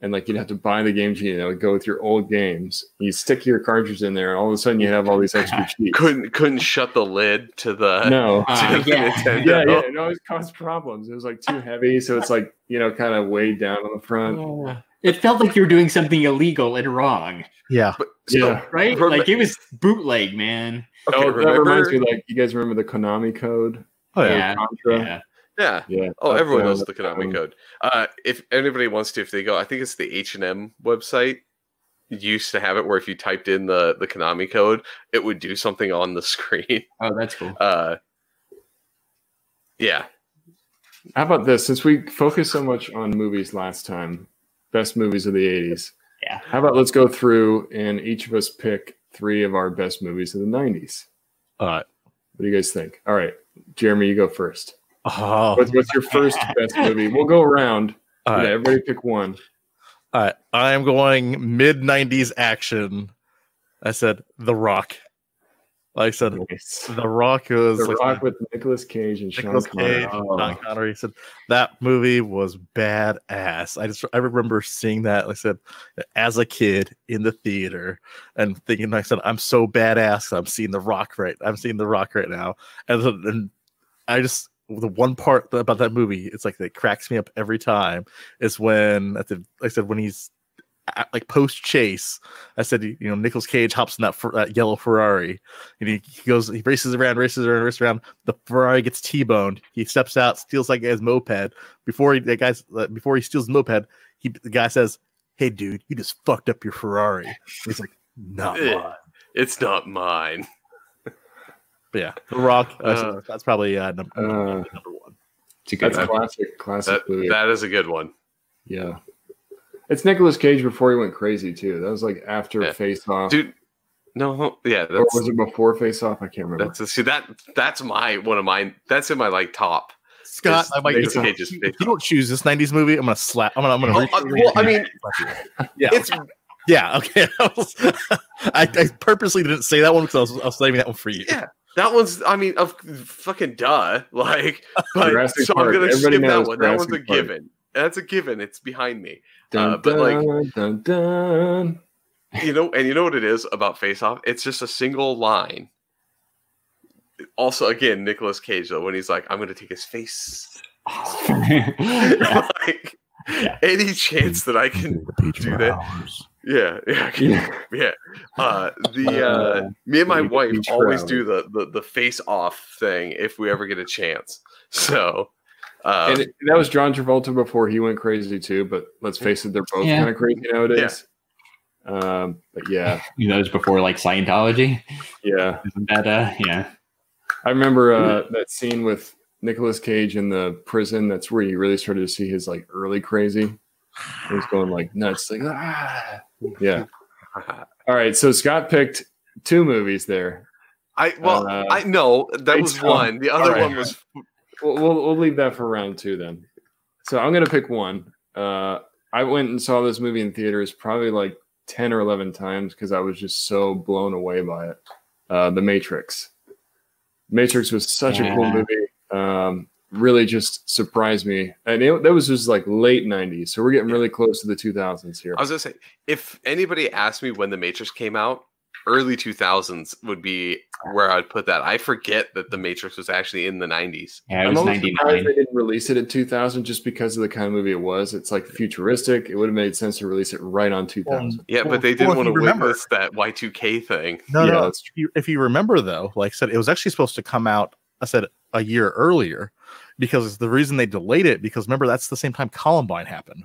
C: and like you'd have to buy the Game Genie and it would go with your old games. You stick your cartridge in there, and all of a sudden you have all these extra cheats.
D: couldn't couldn't shut the lid to the
C: no.
B: Uh,
D: to
B: yeah.
D: the Nintendo.
C: Yeah, yeah, it always caused problems. It was like too heavy, so it's like you know, kind of weighed down on the front.
B: Oh. It felt like you were doing something illegal and wrong,
A: Yeah,
D: But, so,
C: Yeah.
B: right?
D: Rem-
B: like it was bootleg, man.
D: okay,
C: oh, that reminds
D: remember?
C: me, like you guys remember the Konami code?
A: oh yeah.
B: Yeah.
C: Contra?
B: Yeah.
D: Yeah.
C: Yeah.
D: Oh,
C: that's
D: everyone
C: one.
D: knows the Konami
C: Um,
D: code. Uh, if anybody wants to, if they go, I think it's the H and M website. Used to have it where if you typed in the the Konami code, it would do something on the screen.
B: Oh, that's cool.
D: Uh, yeah,
C: How about this? Since we focused so much on movies last time, best movies of the '80s.
B: Yeah.
C: How about let's go through and each of us pick three of our best movies of the '90s.
A: All right.
C: What do you guys think? All right, Jeremy, you go first.
A: Oh,
C: What's, what's your first best movie? We'll go around.
A: all
C: Yeah,
A: right.
C: everybody pick one.
A: All right. I'm going mid 90s action. I said The Rock. Like I said, The Rock was
C: The
A: like
C: Rock with Nicolas Cage and Sean
A: Nicolas
C: Connery.
A: Cage,
C: Oh.
D: Oh,
A: Sean Connery. He Said that movie was badass. I just I remember seeing that. Like I said, as a kid in the theater, and thinking, like I said, I'm so badass. I'm seeing the Rock right. I'm seeing the Rock right now, and, so- and I just the one part tha- about that movie, it's like that cracks me up every time. Is when at the like I said when he's at, like post chase, I said you know Nicolas Cage hops in that, fer- that yellow Ferrari and he, he goes he races around, races around, races around the Ferrari gets T-boned. He steps out, steals that guy's moped. Before he, that guy's uh, before he steals the moped, he the guy says, "Hey, dude, you just fucked up your Ferrari." And He's like, "Not
D: Ugh.
A: mine."
D: it's not mine.
A: But yeah, The Rock. uh, so
D: Uh,
A: that's probably uh, number,
C: Uh,
A: number one.
B: It's a good
C: That's
B: one.
C: a classic, classic
D: That
C: movie.
D: that is a good one.
C: Yeah. It's Nicolas Cage before he went crazy too. That was like after
D: Yeah.
C: Face Off,
D: Dude, no, yeah,
C: or
D: that's
C: was it before Face Off? I can't remember.
D: that's see that that's my one of mine. That's in my like top.
A: Scott,
D: Is
A: I might.
D: Nicolas
A: If
D: Cage's
A: you
D: face
A: if you don't choose this '90s movie, I'm gonna slap. I'm gonna. I'm gonna.
D: Oh,
A: reach
D: uh,
A: over and-
D: well, I mean,
A: yeah,
D: it's
A: yeah, okay. I, was- I, I purposely didn't say that one because I was, I was saving that one for you.
D: Yeah. that one's. I mean, of fucking duh. Like, but
C: Jurassic
D: so I'm
C: Park.
D: gonna
C: Everybody
D: skip that
C: knows
D: one. that
C: Jurassic
D: one's a
C: Park.
D: given. That's a given. It's behind me.
C: Dun,
D: uh, but, like-
C: dun, dun, dun.
D: you know, and you know what it is about Face Off? It's just a single line. Also, again, Nicolas Cage though, when he's like, "I'm going to take his face,"
B: Yeah.
D: like
B: Yeah.
D: any chance that I can do that. Yeah, yeah, I can-
C: Yeah.
D: yeah. Uh, the uh, me and my
C: you-
D: wife
C: you try
D: always
C: out.
D: do the, the the face off thing if we ever get a chance. So, uh,
C: and it- that was John Travolta before he went crazy too. But let's face it, they're both
B: Yeah.
C: kind of crazy nowadays. Um, but yeah,
B: You know, that was before like Scientology.
C: yeah.
B: Isn't that uh yeah.
C: I remember uh, that scene with Nicolas Cage in the prison. That's where you really started to see his like early crazy. He was going like nuts, like ah, yeah. All right, so Scott picked two movies there.
D: I well,
C: uh,
D: I know that
C: Face
D: was
C: Off.
D: one. The other
C: Alright.
D: one was
C: We'll, we'll we'll leave that for round two then. So I'm gonna pick one. Uh, I went and saw this movie in theaters probably like ten or eleven times because I was just so blown away by it. Uh, the Matrix. Matrix was such a cool
B: Yeah.
C: movie. Um, really just surprised me, and it, that was just like late '90s. So we're getting really close to the 2000s here.
D: I was gonna say, if anybody asked me when the Matrix came out, early two thousands would be where I'd put that. I forget that the Matrix was actually in the nineties.
B: Yeah, it
C: I'm
B: was
C: almost
B: ninety
C: surprised
B: nine.
C: they didn't release it in 2000 just because of the kind of movie it was. It's like futuristic. It would have made sense to release it right on 2000.
D: Yeah,
A: Well,
D: but they
A: well,
D: didn't
A: if
D: want to
A: you remember-
D: witness that Y two K thing.
A: No,
C: Yeah,
A: no.
C: that's
A: If you, if you remember though, like I said, it was actually supposed to come out. I said a year earlier. because the reason they delayed it because remember that's the same time Columbine happened,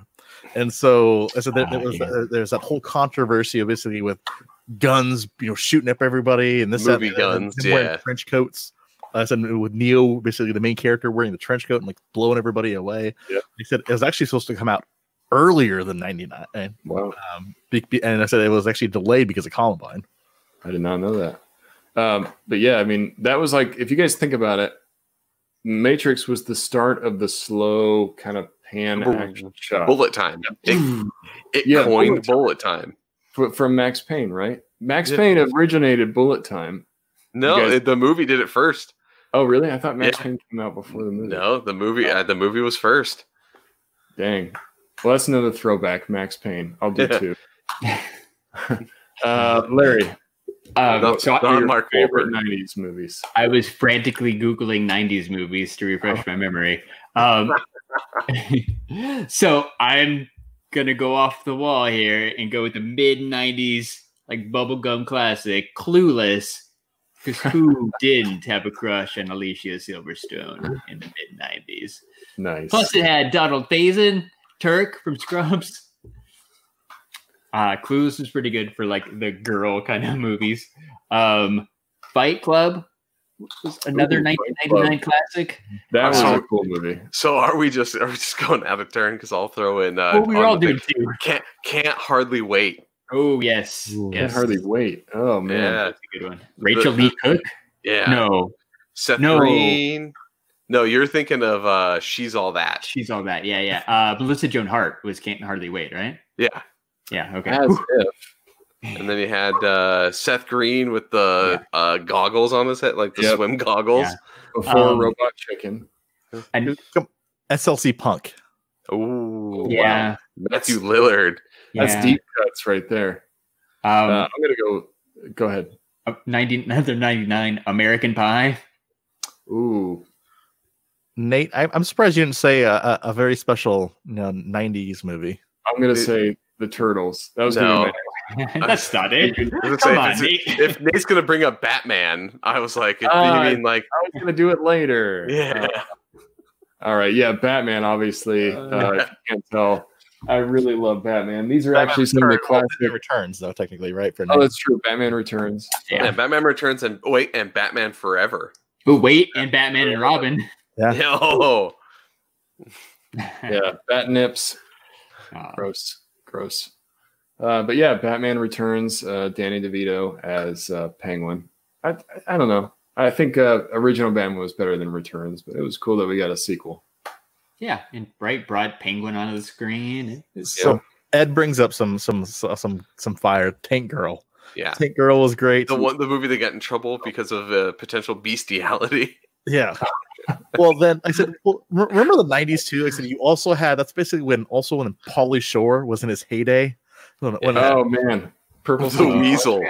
A: and so I said there, there
F: Ah,
A: was
F: yeah.
A: there- there's that whole controversy of basically with guns, you know, shooting up everybody and this that, and
D: Movie
A: the other,
D: guns,
A: and them wearing
D: yeah.
A: trench coats. I said with Neo, basically the main character wearing the trench coat and like blowing everybody away.
D: Yeah.
A: They said it was actually supposed to come out earlier than '99, and,
C: Wow.
A: um, be- be- and I said it was actually delayed because of Columbine.
C: I did not know that. Um, but yeah, I mean, that was like, if you guys think about it, Matrix was the start of the slow kind of pan
D: Bullet-
C: action shot
D: Bullet time. It, it
C: Yeah,
D: coined
C: bullet time.
D: bullet time.
C: fr- from Max Payne, right? Max
D: Yeah.
C: Payne originated bullet time.
D: No,
C: You guys-
D: it, the movie did it first.
C: Oh, really? I thought Max
D: Yeah.
C: Payne came out before the movie.
D: No, the movie uh, the movie was first.
C: Dang. Well, that's another throwback, Max Payne. I'll do
D: Yeah.
C: two. uh, Larry,
B: Um,
D: Not-
B: so I-
D: not
C: what are your
D: Mark
C: favorite
D: Wahlberg.
C: 90s movies.
B: I was frantically googling '90s movies to refresh my memory. Um, so I'm gonna go off the wall here and go with the mid '90s, like bubblegum classic, Clueless. Because who didn't have a crush on Alicia Silverstone in the mid '90s?
C: Nice.
B: Plus, it had Donald Faison, Turk from Scrubs. Uh, Clueless was pretty good for like the girl kind of movies. Um, Fight Club was another
C: Ooh, Fight
B: 1999 classic.
C: that was
D: So-
C: a cool movie.
D: So are we just are we just going out of turn? Because I'll throw in.
B: well,
D: Uh,
B: Oh, we were
D: on
B: all
D: the
B: doing
D: thing.
B: too.
D: Can't can't hardly wait.
B: Oh yes,
C: Can't
B: yes,
C: hardly wait. Oh, man.
D: Yeah,
B: that's a good one. Rachel Lee Cook.
D: yeah.
B: No,
D: Seth
B: No.
D: Green. No, you're thinking of uh, she's all that.
B: she's all that. Yeah, yeah. Uh, Melissa Joan Hart was Can't Hardly Wait, right?
D: Yeah,
B: Yeah. Okay.
C: As if.
D: and then you had uh, Seth Green with the uh, goggles on his head, like the
C: Yep.
D: swim goggles.
C: Before
B: Um,
C: Robot Chicken.
B: And
A: SLC Punk.
D: Ooh,
B: yeah,
D: Matthew Lillard.
C: That's
B: yeah.
C: deep cuts right there.
B: Um,
C: uh, I'm going to go. Go ahead.
B: uh, 90, another 99 American Pie.
C: Ooh.
A: Nate, I, I'm surprised you didn't say a, a, a very special you know, '90s movie.
C: I'm going
D: It-
C: to say The Turtles. That was
D: No.
C: gonna be
B: That's not it.
D: I was
B: Come
D: gonna say,
B: on,
D: if,
B: Nate.
D: it's- if Nate's gonna bring up Batman, I was like,
C: Uh,
D: you mean like,
C: my- I was going to do it later. Uh,
D: yeah,
C: All right, yeah, Batman. Obviously, uh, if you can't tell. I really love Batman. These are
A: Batman
C: actually some of the
A: Returns. It
C: classic.
A: returns though, technically, right? For
C: Oh,
A: Nate.
C: that's true. Batman Returns.
D: yeah. Batman Returns and wait, and Batman Forever.
B: But wait, and Batman and Robin.
A: Yeah.
D: Yo,
C: Yeah, Bat Nips.
B: Uh,
C: Gross, gross. Uh, but yeah, Batman Returns. Uh, Danny DeVito as uh, Penguin. I, I I don't know. I think uh, original Batman was better than Returns, but it was cool that we got a sequel.
B: yeah, and bright, broad penguin onto the screen.
A: So Ed brings up some some some some fire. Tank Girl.
D: yeah.
A: Tank Girl was great.
D: The one, the movie that got in trouble because of uh, potential bestiality.
A: Yeah. well, then I said, well, re- remember the '90s too? I said you also had that's basically when also when Pauly Shore was in his heyday. When, when, uh,
C: Oh man, Purple
D: The weasel.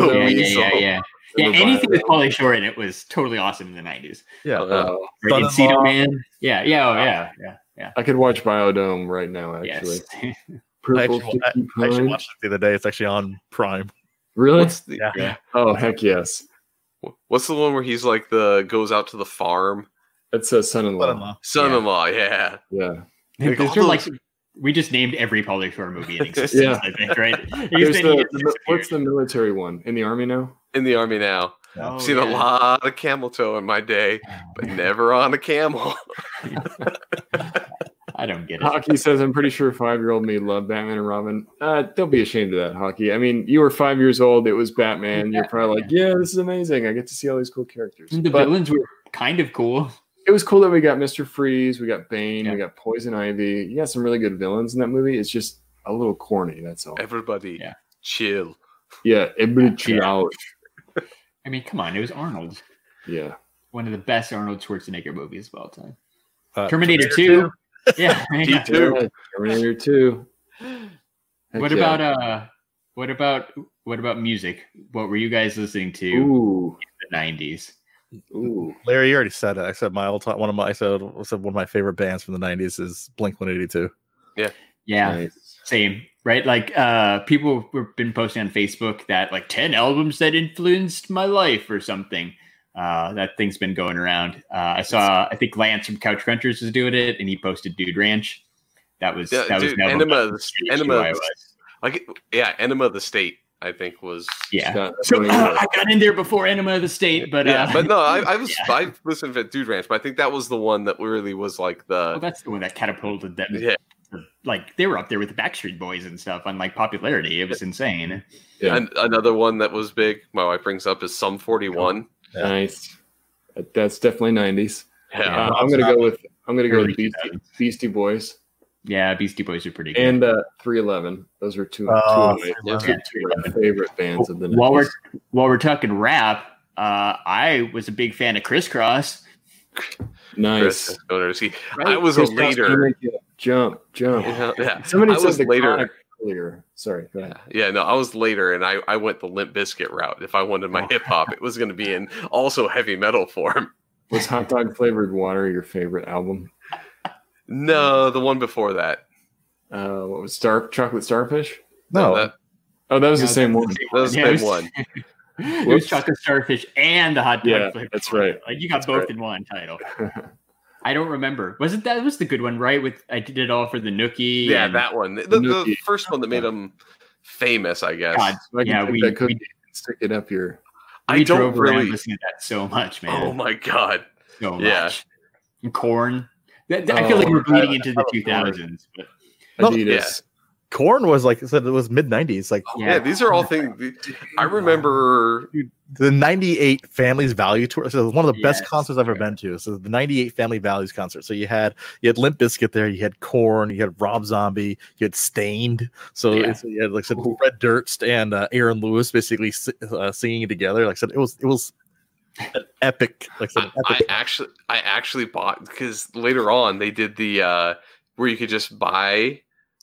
B: Oh, Yeah,
D: The
C: Dome,
B: yeah,
D: weasel.
B: yeah, yeah. Yeah,
C: the
B: anything with
C: Bio
B: Polly Shore in it was totally awesome in the nineties.
A: yeah.
C: Dome. Uh,
B: Right?
A: Son-in-law.
B: Encino Man. Yeah, yeah, oh, yeah, yeah, yeah.
C: I could watch Biodome right now, actually.
B: Yes.
A: I
C: Purple
A: actually, I-
C: 50
A: I actually
C: Prime.
A: watched it the other day. It's actually on Prime.
C: Really?
D: What's the
A: Yeah.
C: oh, heck yes.
D: What's the one where he's like the goes out to the farm?
C: That's a son-in-law.
A: Son-in-law.
D: Son-in-law, yeah.
C: Yeah.
D: Like,
B: Those
D: all
B: are like
D: those-
B: we just named every Polly Shore movie in existence,
C: Yeah.
B: I think, right? He's
C: There's
B: been-
C: the,
B: he's
C: the- what's
B: disappeared.
C: the military one? In the army now?
D: In the army now.
B: Oh,
D: I've seen a
B: yeah.
D: lot of camel toe in my day, but never on a camel.
B: I don't get it.
C: Hockey says, I'm pretty sure five-year-old me loved Batman and Robin. Uh, don't be ashamed of that, Hockey. I mean, you were five years old. It was Batman. You're probably like, yeah, this is amazing. I get to see all these cool characters.
B: The
C: But
B: villains were kind of cool.
C: it was cool that we got Mr. Freeze. We got Bane.
B: Yeah.
C: We got Poison Ivy. You got some really good villains in that movie. It's just a little corny. That's all.
D: Everybody
B: Yeah.
D: chill.
C: Yeah. Everybody chill
B: Yeah.
C: out.
B: I mean, come on, it was Arnold.
C: Yeah.
B: one of the best Arnold Schwarzenegger movies of all time.
A: Uh,
B: Terminator,
A: Terminator
B: 2. Yeah. yeah.
D: Two.
C: Yeah, Terminator 2. Heck
B: What
C: yeah.
B: about uh what about what about music? What were you guys listening to in
C: Ooh.
B: the 90s?
C: Ooh.
A: Larry, you already said it. I said my old one of my I said, I said one of my favorite bands from the '90s is Blink 182.
B: Yeah.
C: Nice.
B: Same, right? Like uh people have been posting on Facebook that like 10 albums that influenced my life or something. Uh, that thing's been going around. Uh, I saw, I think Lance from Couch Crunchers is doing it, and he posted Dude Ranch. That was
D: Yeah,
B: that was
D: dude,
B: never
D: Enema
B: my
D: of the-
B: first reaction
D: Enema of
B: why I
D: the-
B: was.
D: Like, yeah, Enema of the State, I think, was.
B: Yeah.
C: Got-
B: So uh, I got in there before Enema of the State, but
D: yeah,
B: uh,
D: but no, I, I was
B: yeah.
D: I listened to Dude Ranch, but I think that was the one that really was like
B: well,
D: the
B: that's the one Oh, that catapulted them.
D: yeah,
B: Like they were up there with the Backstreet Boys and stuff on like popularity. It was insane.
C: Yeah.
D: an- another one that was big. My wife brings up is Sum Forty One.
A: Yeah.
C: Nice. That- That's definitely nineties.
B: Oh,
D: Yeah,
C: Uh, I'm gonna go with I'm gonna go
B: Early
C: with Beastie,
B: 2000s.
C: Beastie Boys
B: Yeah, Beastie Boys are pretty good.
C: and uh, 311. Those are two, two
A: Oh,
C: of my-
D: yeah.
C: two- two of my favorite bands of the
B: while we're
C: 90s.
B: while we're talking rap, uh, I was a big fan of Crisscross.
D: Chris
C: Nice.
D: Owners. He, I was a
C: Chris Cross,
D: leader.
C: make you Jump, jump.
D: Yeah, yeah.
C: Somebody
D: I
C: said
D: was
C: the
D: later.
C: Chronic earlier. Sorry. Go ahead.
D: Yeah, yeah, no, I was later, and I, I went the Limp Biscuit route. If I wanted
B: Oh.
D: my hip hop, it was going to be in also heavy metal form.
C: Was hot dog flavored water your favorite album?
D: No,
B: Mm.
D: the one before that.
C: Uh, what was star chocolate starfish?
A: No,
D: that,
C: Oh, that was
B: Yeah,
C: the same one.
D: that was the
B: Yeah, it
D: same
B: was-
D: one.
B: It was
C: Whoops.
B: chocolate starfish and the hot dog
C: Yeah,
B: flavor.
C: that's right.
B: Like you got
C: That's
B: both
C: right.
B: in one title. I don't remember. Wasn't that was the good one, right? With I did it all for the nookie.
D: Yeah,
B: and-
D: that one. The, the, the
C: Nookie.
D: first one that made him famous, I guess.
B: God,
C: So I can
B: Yeah,
C: take
B: we-
C: that cookie
B: we-
C: and stick it up here.
D: I
B: we
D: don't
B: drove
D: really-
B: around listening to that so much, man.
D: oh my god.
B: so much.
D: yeah.
B: And corn. That, that- I feel
C: Oh,
B: like we're
C: I-
B: bleeding into the
C: love
B: two
C: corn.
B: thousands. But
A: No,
C: Adidas.
A: corn was like I said, it was mid '90s, like
D: Yeah. these are all things. I remember.
A: the '98 Families Value Tour. So it was one of the best
B: Yes.
A: concerts I've ever been to. So the '98 Family Values concert. So you had you had Limp Bizkit there, you had Corn, you had Rob Zombie, you had Stained. So
B: Yeah.
A: it's, you had like I said Red Durst and uh, Aaron Lewis basically s- uh, singing it together. Like I said, it was it was an epic. Like I said,
D: I,
A: an
D: I
A: epic.
D: actually, I actually bought because later on they did the uh where you could just buy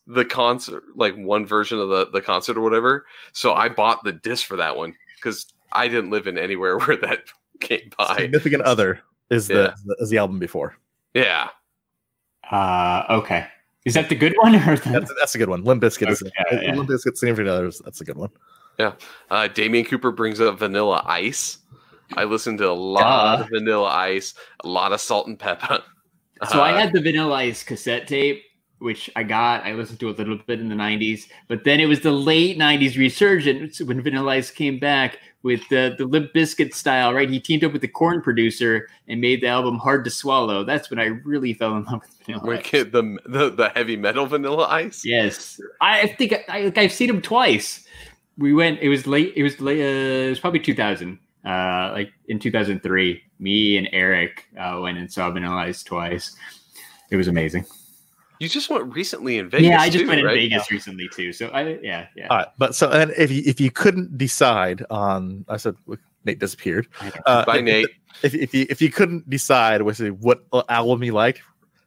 D: the concert, like one version of the the concert or whatever. So I bought the disc for that one because I didn't live in anywhere where that came by.
A: significant other is
D: Yeah.
A: the is the album before.
D: Yeah,
B: uh, okay, is that the good one or the,
A: That's that's a good one. Limp Bizkit. is
B: Okay, yeah, yeah.
A: Limp Bizkit significant others. That's a good one.
D: uh, Damian Cooper brings up Vanilla Ice. I listened to a lot of Vanilla Ice, a lot of Salt and Pepper.
B: So I
D: Uh,
B: had the Vanilla Ice cassette tape, which I got. I listened to a little bit in the '90s, but then it was the late '90s resurgence when Vanilla Ice came back with the the Limp Biscuit style. Right, he teamed up with the Corn producer and made the album Hard to Swallow. That's when I really fell in love with Vanilla Ice.
D: Wicked, the, the the heavy metal Vanilla Ice.
B: Yes, I think I, like, I've seen him twice. We went. It was late. It was late. Uh, it was probably 2000. Uh, like in 2003, me and Eric uh, went and saw Vanilla Ice twice. It was amazing.
D: You just went recently in Vegas.
B: yeah, I just
D: too,
B: went
D: right?
B: in Vegas recently too. So I yeah yeah.
A: All right, but so and if you, if you couldn't decide on, I said look, Nate disappeared. Uh,
D: By
A: if,
D: Nate.
A: If, if you if you couldn't decide what what album you liked,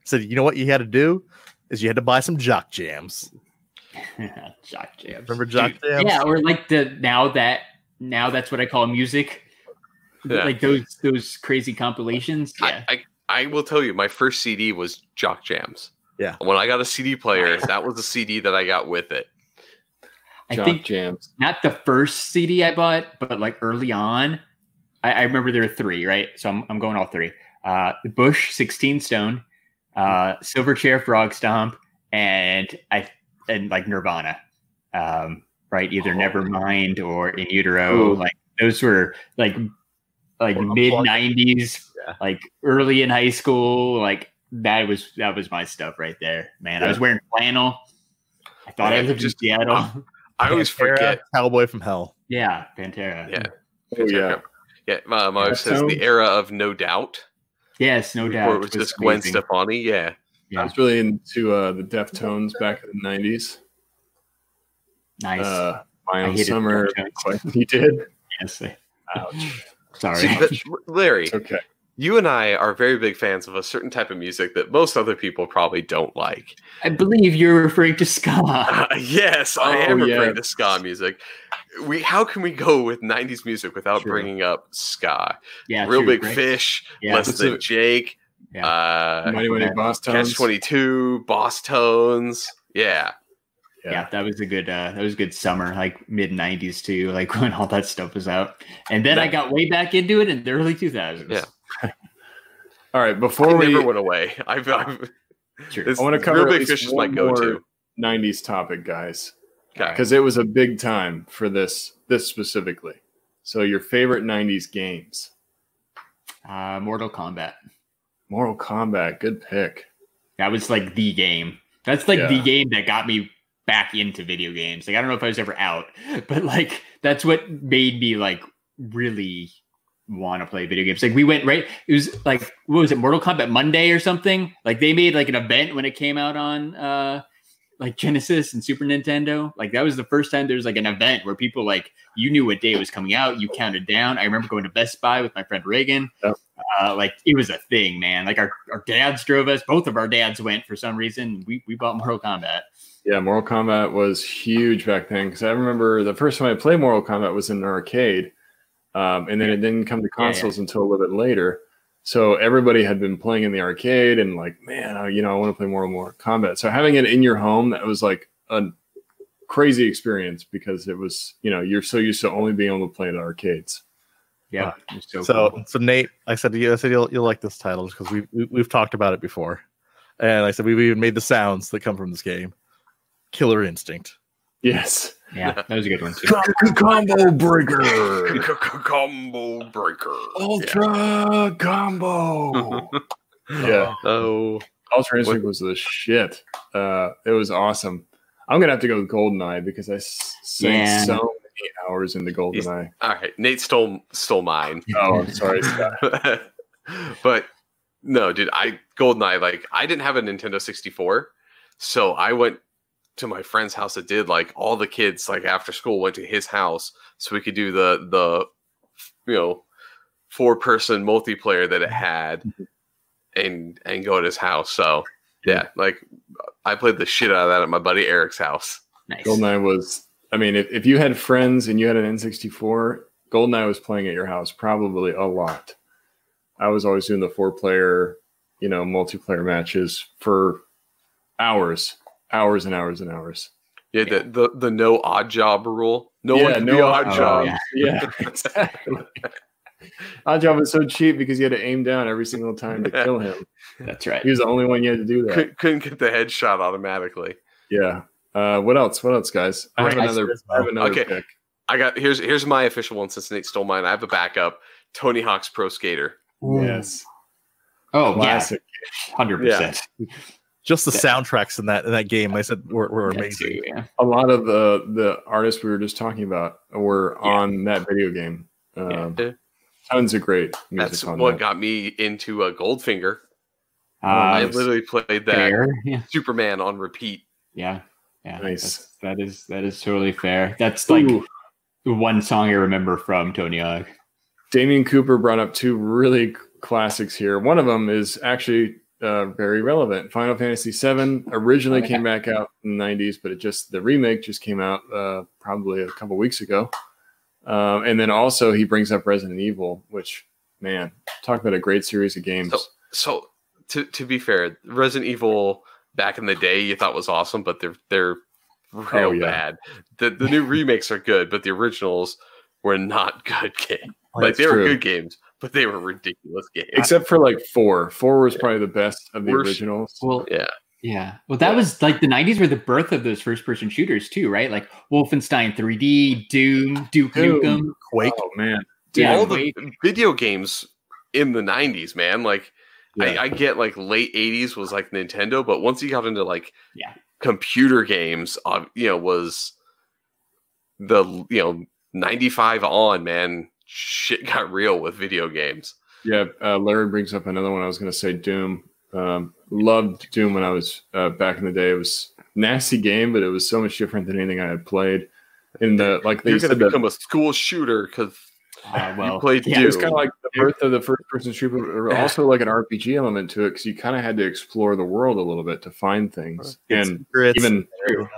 A: said you know what you had to do is you had to buy some Jock Jams.
D: Uh,
B: jock jams.
A: Remember Jock
B: Dude,
A: Jams?
B: Yeah, or like the now that now that's what I call music.
D: Yeah.
B: Like those those crazy compilations. Yeah.
D: I, I I will tell you, my first CD was Jock Jams.
A: Yeah.
D: When I got a CD player, that was the CD that I got with it.
B: I,
C: Jock
B: think
C: jams.
B: not the first CD I bought, but like early on. I, I remember there were three, right? So I'm I'm going all three. Uh Bush, 16 Stone, uh Silverchair Frog Stomp, and I and like Nirvana. Um, right? Either
D: Oh.
B: Nevermind or In Utero.
C: Ooh.
B: Like those were like like
A: Or Unplugged.
B: mid nineties,
A: Yeah.
B: like early in high school. Like that was that was my stuff right there. Man, I was wearing flannel. I thought I
D: Yeah,
B: lived
D: just-
B: in Seattle.
D: I always
A: Pantera,
D: forget.
A: Cowboy from Hell.
B: yeah, Pantera.
D: Yeah.
C: Oh yeah.
D: Yeah, my, my wife says
C: So-
D: the era of No Doubt,
B: Yes, no doubt.
D: where it was just Gwen
B: amazing.
D: Stefani. Yeah,
C: I was really into uh, the Deftones back in the nineties.
B: Nice.
C: Uh,
B: I
C: Miles
B: hated
C: Summer.
B: Deftones.
C: You did.
B: Yes. I-
C: Ouch.
B: Sorry.
D: See, but, Larry,
C: It's okay.
D: you and I are very big fans of a certain type of music that most other people probably don't like.
B: I believe you're referring to ska.
D: Uh, yes, I am
C: Oh, yeah.
D: referring to ska music. We how can we go with '90s music without
C: Sure.
D: bringing up ska?
B: Yeah,
D: Real
B: true,
D: Big
B: right?
D: Fish,
B: Yeah.
D: Less Than Jake,
B: Yeah.
D: uh,
C: Mighty Mighty Boss Tones.
D: Catch 22, Boss Tones. Yeah.
A: Yeah.
B: yeah. that was a good uh that was a good summer like mid 90s too like when all that stuff was out and then i got way back into it in the early 2000s
D: Yeah.
C: All right,
D: I
C: before we
D: never went away. I've, I've
B: Sure.
D: this,
C: I wanna cover
D: Real
C: at
D: Big
C: least
D: Fish is my
C: one
D: go-to.
C: more- '90s topic, guys,
D: Okay.
C: because it was a big time for this this specifically. So your favorite '90s games,
B: uh mortal kombat
C: Mortal Kombat, good pick.
B: that was like the game that's like the
C: Yeah.
B: game that got me back into video games like i don't know if i was ever out but like that's what made me like really want to play video games like we went right it was like what was it mortal kombat monday or something like they made like an event when it came out on uh like genesis and super nintendo like that was the first time there was like an event where people like you knew what day it was coming out you counted down i remember going to best buy with my friend reagan
C: Yep.
B: uh, like it was a thing man like our, our dads drove us both of our dads went for some reason we, we bought mortal kombat
C: Yeah, Mortal Kombat was huge back then because I remember the first time I played Mortal Kombat was in an arcade, um, and then it didn't come to
B: Yeah, yeah.
C: consoles until a little bit later. So everybody had been playing in the arcade and like, man, I, you know, I want to play more Mortal Kombat. So having it in your home that was like a crazy experience because it was, you know, you're so used to only being able to play at arcades.
B: yeah
C: Wow.
B: it was
D: Oh,
B: so, cool.
A: So, so Nate, I said to you, I said you'll you'll like this title because we, we we've talked about it before, and I said we've even made the sounds that come from this game. Killer Instinct.
C: Yes,
B: yeah that was a good one too
C: combo breaker,
D: Combo breaker.
C: Oh, ultra combo. yeah.
D: Oh,
C: Ultra Instinct was the shit. Uh, it was awesome. I'm gonna have to go with Goldeneye because I s- sank
B: Yeah.
C: so many hours into Goldeneye.
D: all right. Nate stole stole mine.
C: Oh, I'm sorry, Scott.
D: but no, dude, I Goldeneye like I didn't have a Nintendo 64, so I went to my friend's house that did like all the kids like after school went to his house so we could do the the you know four person multiplayer that it had and and go to his house. So yeah, like I played the shit out of that at my buddy Eric's house.
B: nice
C: Goldeneye was. I mean, if, if you had friends and you had an N64, Goldeneye was playing at your house probably a lot. I was always doing the four player, you know, multiplayer matches for hours, hours and hours and hours.
D: Yeah, the the, the no odd job rule. No
C: Yeah,
D: one could be
C: no
D: odd
C: odd
D: job.
B: Oh, yeah.
C: Yeah, exactly. Odd job was so cheap because you had to aim down every single time to kill him.
B: that's right
C: He was the only one you had to do that.
D: Could, couldn't get the headshot automatically.
C: Yeah. Uh, what else? What else, guys? I have
A: Right.
C: another. I have another
D: Okay.
C: pick.
D: I got here's here's my official one since Nate stole mine. I have a backup. Tony Hawk's Pro Skater.
C: Yes.
B: oh yeah
C: Classic.
B: 100%
A: Just the
B: Yeah.
A: soundtracks in that in that game, I said were, were
B: That
A: amazing.
B: too, yeah. Um,
C: A lot of the the artists we were just talking about were
B: Yeah.
C: on that video game. Um,
D: Yeah.
C: Tons of great music
D: That's
C: on
D: what
C: that.
D: got me into a Goldfinger. I
B: Uh,
C: Nice.
D: literally played that
B: fair. yeah
D: Superman on repeat.
B: Yeah. Yeah.
C: Nice.
B: That's, that is that is totally fair. That's like
C: Ooh.
B: the one song I remember from Tony Hawk.
C: Damien Cooper brought up two really c- classics here. One of them is actually uh, very relevant. Final Fantasy VII originally
B: Oh, yeah.
C: came back out in the 90s, but it just the remake just came out uh, probably a couple weeks ago. Um, and then also he brings up Resident Evil, which man, talk about a great series of games.
D: So- So to to be fair, Resident Evil back in the day you thought was awesome, but they're they're real
C: Oh, yeah.
D: bad. The the new remakes are good, but the originals were not good games. Like
C: That's
D: they were
C: true.
D: good games, but they were ridiculous games.
C: Except for like four. Four was probably the best of the
D: Worst-
C: originals.
B: Well
D: Yeah.
B: Yeah. Well that was like the nineties were the birth of those first person shooters too, right? Like Wolfenstein 3D, Doom, Duke
C: Doom.
B: Nukem.
A: Quake.
C: Oh man.
B: Yeah.
D: all the
B: Wake.
D: video games in the 90s man like
C: Yeah.
D: I, I get like late 80s was like nintendo but once you got into like
B: Yeah.
D: computer games uh, you know was the you know 95 on man shit got real with video games
C: Yeah, uh, Larry brings up another one. I was going to say Doom. Um, loved Doom when I was uh, back in the day. It was a nasty game, but it was so much different than anything I had played. In the like, they
D: you're gonna
C: said that
D: become a school shooter because
B: Uh, well
D: you played
B: yeah.
C: it
D: Doom.
C: was kind of like the birth of the first person shooter, but also like an RPG element to it because you kind of had to explore the world a little bit to find things. And
A: Secrets.
C: even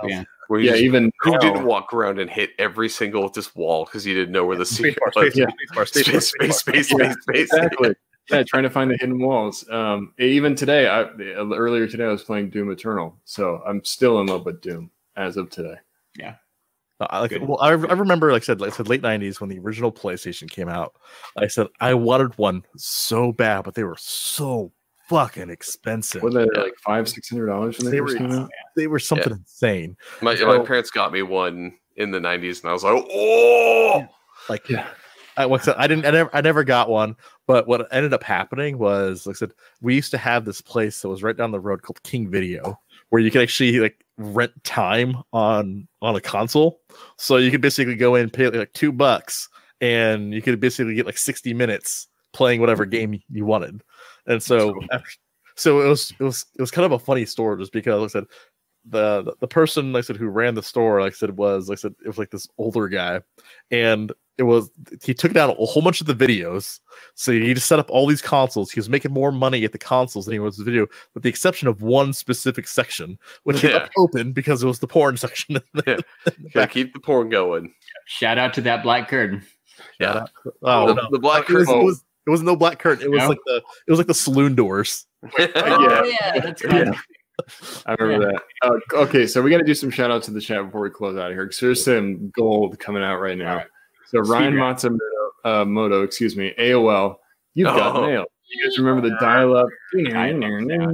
B: yeah.
D: where you
C: yeah,
D: just-
C: even
D: who
C: now-
D: didn't walk around and hit every single just wall because you didn't know where the
A: Space
D: secret
A: bar,
D: was?
A: space, bar,
C: Yeah.
A: space bar, space bar,
D: Space,
A: space
D: space,
A: bar.
D: space,
C: Yeah,
D: space, space.
C: exactly. yeah, trying to find the hidden walls. e, Um, even today, I earlier today I was playing Doom Eternal, so I'm still in love with Doom. as of today.
A: No, I, uh, like,
B: Good.
A: well, I, I remember, like I said, like I said, late '90s when the original PlayStation came out. I said I wanted one so bad, but they were so fucking expensive.
C: Were they
D: Yeah.
C: like five, six hundred dollars when they
A: They
C: first
A: were-
C: came out?
A: They were something insane.
D: My,
A: So-
D: my parents got me one in the 90s, and I was like, oh,
A: Like
C: Yeah.
A: I, like I said, I didn't, I never, I never got one. But what ended up happening was, like I said, we used to have this place that was right down the road called King Video, where you could actually like rent time on on a console. So you could basically go in, pay like two bucks, and you could basically get like sixty minutes playing whatever game you wanted. And so, so it was, it was, it was kind of a funny story, just because like I said, the the person like I said who ran the store, like I said, was like I said, it was like this older guy, and it was he took down a whole bunch of the videos. So he just set up all these consoles. He was making more money at the consoles than he was the video, with the exception of one specific section, which he
D: Yeah.
A: left open because it was the porn section. Oh,
D: gotta keep the porn going.
B: Shout out to that black curtain.
D: Yeah.
A: oh,
D: the,
A: no.
D: the black
A: it, was, it
D: curtain.
A: was it was no black curtain. It was
B: No?
A: like the it was like the saloon doors.
C: Oh, Yeah.
B: yeah, that's
C: Yeah. I remember that. Uh, okay, so we got to do some shout outs to the chat before we close out of here because there's some gold coming out right now.
B: All right.
C: So Ryan
B: Speed
C: Matsumoto, uh, Moto, excuse me, AOL, you've got
D: Oh.
C: mail. You guys remember the dial up?
B: I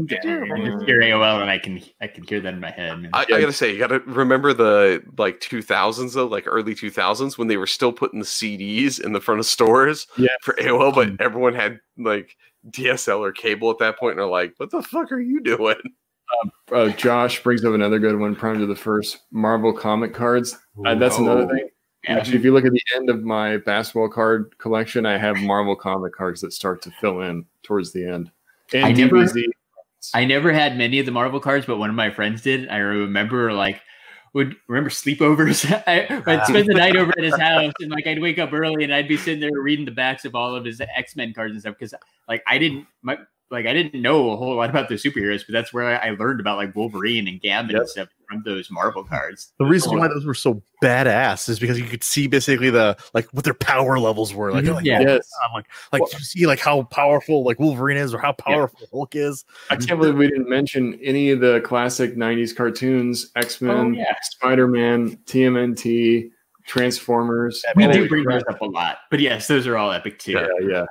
B: just hear AOL and I can I can hear that in my head. man.
D: I, I gotta say, you gotta remember the like 2000s though, like early 2000s when they were still putting the CDs in the front of stores
C: Yeah.
D: for AOL,
A: Mm.
D: but everyone had like DSL or cable at that point, and they're like, "What the fuck are you doing?"
C: Uh, Josh brings up another good one, Prime to the First Marvel comic cards. Uh, that's another thing.
B: yeah.
C: Actually, if you look at the end of my basketball card collection, I have Marvel comic cards that start to fill in towards the end. And
B: I never-
C: DBZ.
B: I never had many of the Marvel cards, but one of my friends did. I remember like would remember sleepovers. I, I'd spend the night over at his house, and like I'd wake up early, and I'd be sitting there reading the backs of all of his X Men cards and stuff because like I didn't my like I didn't know a whole lot about the superheroes, but that's where I, I learned about like Wolverine and Gambit and stuff from those Marvel cards.
D: Oh,
A: The reason why those were so badass is because you could see basically the like what their power levels were. Like, you're like,
B: Mhm. Yeah.
A: "Oh,
C: Yes.
A: God," like, like you see like how powerful like Wolverine is or how powerful Hulk is.
C: I can't believe we didn't mention any of the classic 90s cartoons X Men,
B: Oh, yeah.
C: Spider Man, TMNT, Transformers.
B: We
C: Holy
B: do bring
C: crap.
B: those up a lot, but yes, those are all epic too.
C: Yeah, yeah.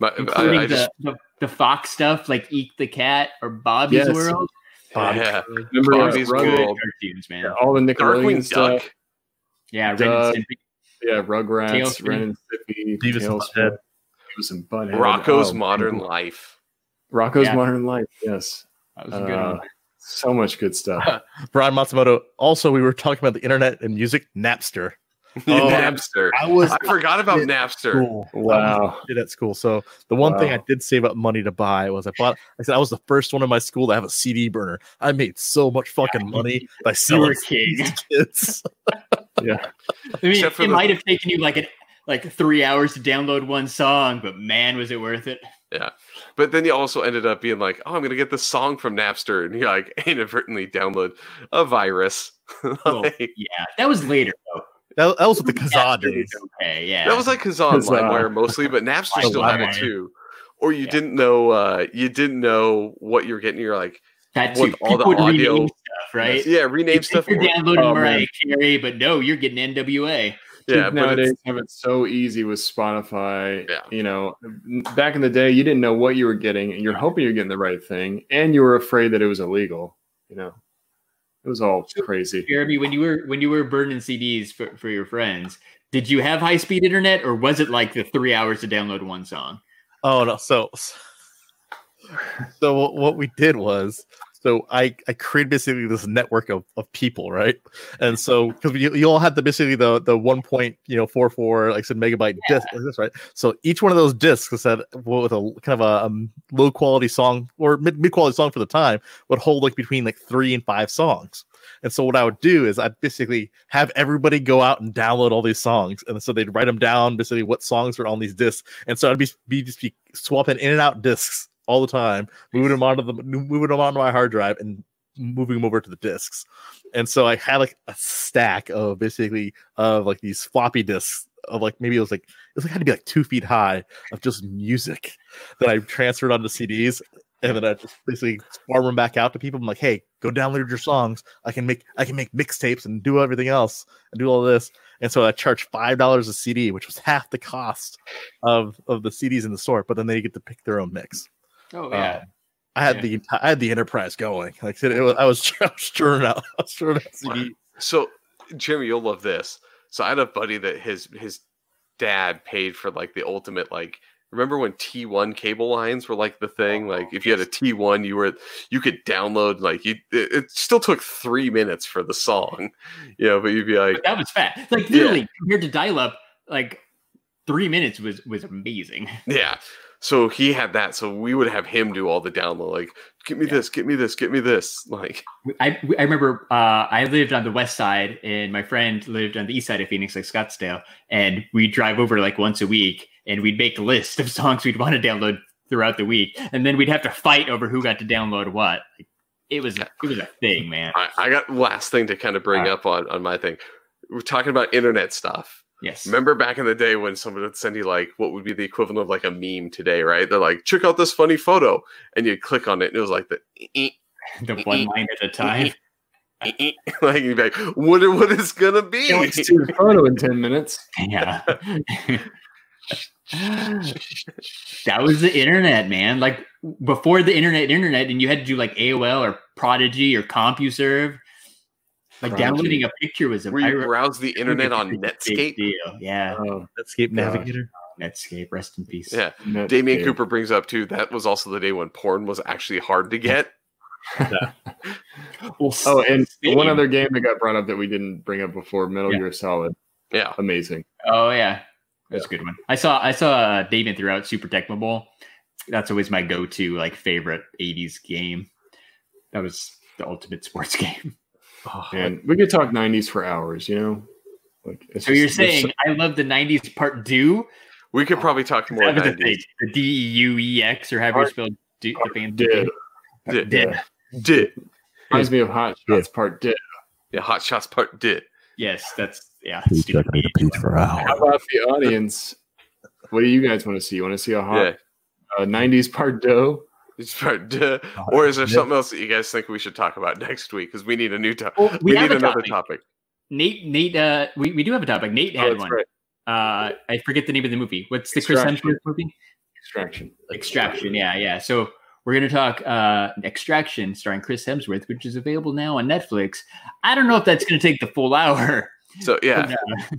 D: But I,
B: Including
D: I
B: the,
D: just,
B: the the Fox stuff like Eek the Cat or Bobby's
C: Yes.
B: World.
D: yeah,
C: Remember uh,
D: Bobby's
C: Rug-
D: World.
B: Good cartoons, man.
C: all the Nickelodeon
D: Darkwing
C: stuff.
D: Duck.
B: Yeah, Ren
C: Doug.
D: Uh,
B: and Stimpy.
C: Yeah, Rugrats,
B: Tailspin.
C: Ren and Stimpy,
A: Beavis and
C: Tailspin, Beavis and Butthead.
D: Rocco's
C: Oh,
D: Modern
C: man.
D: Life.
C: Rocco's
B: Yeah.
C: Modern Life. Yes.
B: That was a good
C: Uh,
B: one.
C: So much good stuff.
A: Brian Matsumoto. Also, we were talking about the internet and music. Napster. Oh.
D: Napster.
A: I was
D: I forgot about Napster.
A: school. I
C: Wow.
A: did at school. So the one thing I
C: Wow.
A: did save up money to buy was I bought. I said I was the first one in my school to have a CD burner. I made so much fucking money by
B: You
A: selling
B: were king.
A: kids.
B: I mean,
D: Except
B: it
D: for the-
B: might have taken you like an like three hours to download one song, but man, was it worth it?
D: But then you also ended up being like, "Oh, I'm gonna get this song from Napster," and you like inadvertently download a virus.
B: Well,
D: Like,
B: yeah, that was later. Though.
A: That, that was with the Kazaa
B: Napster
A: days.
B: was Okay, yeah,
D: That was like Kazan
C: Kazaa.
D: LimeWire mostly, but Napster still had it
B: uh, LimeWire.
D: too. Or you
B: Yeah.
D: didn't know uh, you didn't know what you were getting. You're like,
B: that too.
D: with all the
B: People would rename
D: audio-
B: stuff, right?
D: yeah, rename
B: You
D: stuff.
B: think You're
D: or-
B: downloading
C: Oh,
B: Mariah Carey, but no, you're getting NWA.
D: yeah,
C: Kids
D: but
C: nowadays
D: it's,
C: have it so easy with Spotify.
D: Yeah.
C: You know, back in the day, you didn't know what you were getting, and you're hoping you're getting the right thing, and you were afraid that it was illegal. You know, it was all crazy.
B: Jeremy, when you were when you were burning CDs for, for your friends, did you have high speed internet, or was it like the three hours to download one song?
A: Oh no! So, so what- what we did was, so I I created basically this network of, of people, right? And so because you, you all had the basically the the one point you know four four like I said megabyte disc, like this, right? So each one of those discs that with a kind of a um, low quality song or mid mid quality song for the time would hold like between like three and five songs. And so what I would do is I'd basically have everybody go out and download all these songs, and so they'd write them down, basically what songs were on these discs. And so I'd be, be just be swapping in and out discs all the time, moving them onto the moving them onto my hard drive and moving them over to the discs. And so I had like a stack of basically of like these floppy discs of like maybe it was like it was like, had to be like two feet high of just music that I transferred onto CDs. and then I just basically farm them back out to people. I'm like, hey, go download your songs. I can make I can make mixtapes and do everything else and do all this. And so I charged five dollars a CD, which was half the cost of of the CDs in the store. But then they get to pick their own mix.
B: Oh yeah.
A: Um, I had
B: Yeah.
A: the I had the enterprise going. Like I said, it was, I was I was churning out, I was churning out CD.
D: So, Jimmy, you'll love this. So, I had a buddy that his his dad paid for like the ultimate like. Remember when T1 cable lines were like the thing? Like if you had a T1, you were you could download like you. It, it still took three minutes for the song, you know. But you'd be like,
B: But that was fast. Like
D: Yeah.
B: literally compared to dial up, like three minutes was was amazing.
D: Yeah. So he had that. So we would have him do all the download, like, get me
B: Yeah.
D: this, get me this, get me this. Like,
B: I, I remember uh, I lived on the west side and my friend lived on the east side of Phoenix, like Scottsdale. And we'd drive over like once a week and we'd make a list of songs we'd want to download throughout the week. And then we'd have to fight over who got to download what. Like, it was it was a thing, man.
D: I, I got last thing to kind of bring
B: Alright.
D: up on, on my thing. We're talking about internet stuff.
B: Yes.
D: Remember back in the day when someone would send you like what would be the equivalent of like a meme today, right? They're like, check out this funny photo, and you click on it, and it was like the "Eh,
B: the one line at a time. Uh.
D: eh, eh, eh." like you'd be like, what what is gonna be?
C: Can't wait to see the photo in ten minutes.
B: Yeah.
C: Oh,
B: that was the internet, man. Like before the internet, internet, and you had to do like AOL or Prodigy or CompuServe. Like
C: Prodigy.
B: downloading a picture was a
D: Where
B: I
D: you
B: remember
D: browse the
B: it
D: internet
B: was a
D: on
B: big
D: Netscape.
B: deal. Yeah,
C: Oh,
A: Netscape Navigator.
B: Netscape. Rest in peace.
D: Yeah.
C: Netscape.
D: Damian Cooper brings up too that was also the day when porn was actually hard to get.
B: Well,
C: Oh, and
B: Same.
C: one other game that got brought up that we didn't bring up before, Metal
B: Yeah.
C: Gear Solid.
D: Yeah.
C: Amazing.
B: Oh yeah, that's a good one. I saw I saw uh, Damon throughout Super Tecmo Bowl. That's always my go-to like favorite '80s game. That was the ultimate sports game. Oh,
C: And we could talk nineties for hours, you know? Like it's
B: So you're
C: just- there's
B: saying I love the '90s part do?
D: We could probably talk more.
B: That was the
D: 90s.
B: thing. The D E U E X or however you spell do, the E
C: so-
B: band
C: did.
D: Did.
B: Did.
D: Did.
C: Reminds me of Hot Shots Part Did.
D: Yeah, hot shots part did.
B: Yes, that's yeah.
A: Check
B: stupid.
A: on the page for
C: How
A: hours.
C: about the audience? What do you guys want to see? You want to see a
D: Yeah.
C: hot uh, 90s part dough?
D: It's part duh.
B: Oh,
D: Or is there something else that you guys think we should talk about next week? Because we need a new topic.
B: Well,
D: We,
B: we, have
D: need
B: a
D: another
B: topic.
D: topic.
B: Nate, Nate, uh, we, we do have a topic. Nate
C: Oh,
B: had
C: that's
B: one.
C: right.
B: Uh, I forget the name of the movie. What's the Chris
C: Extraction.
B: Hemsworth movie?
C: Extraction.
B: Extraction. Yeah, yeah. So we're gonna talk uh, Extraction, starring Chris Hemsworth, which is available now on Netflix. I don't know if that's gonna take the full hour.
D: So yeah,
B: But, uh,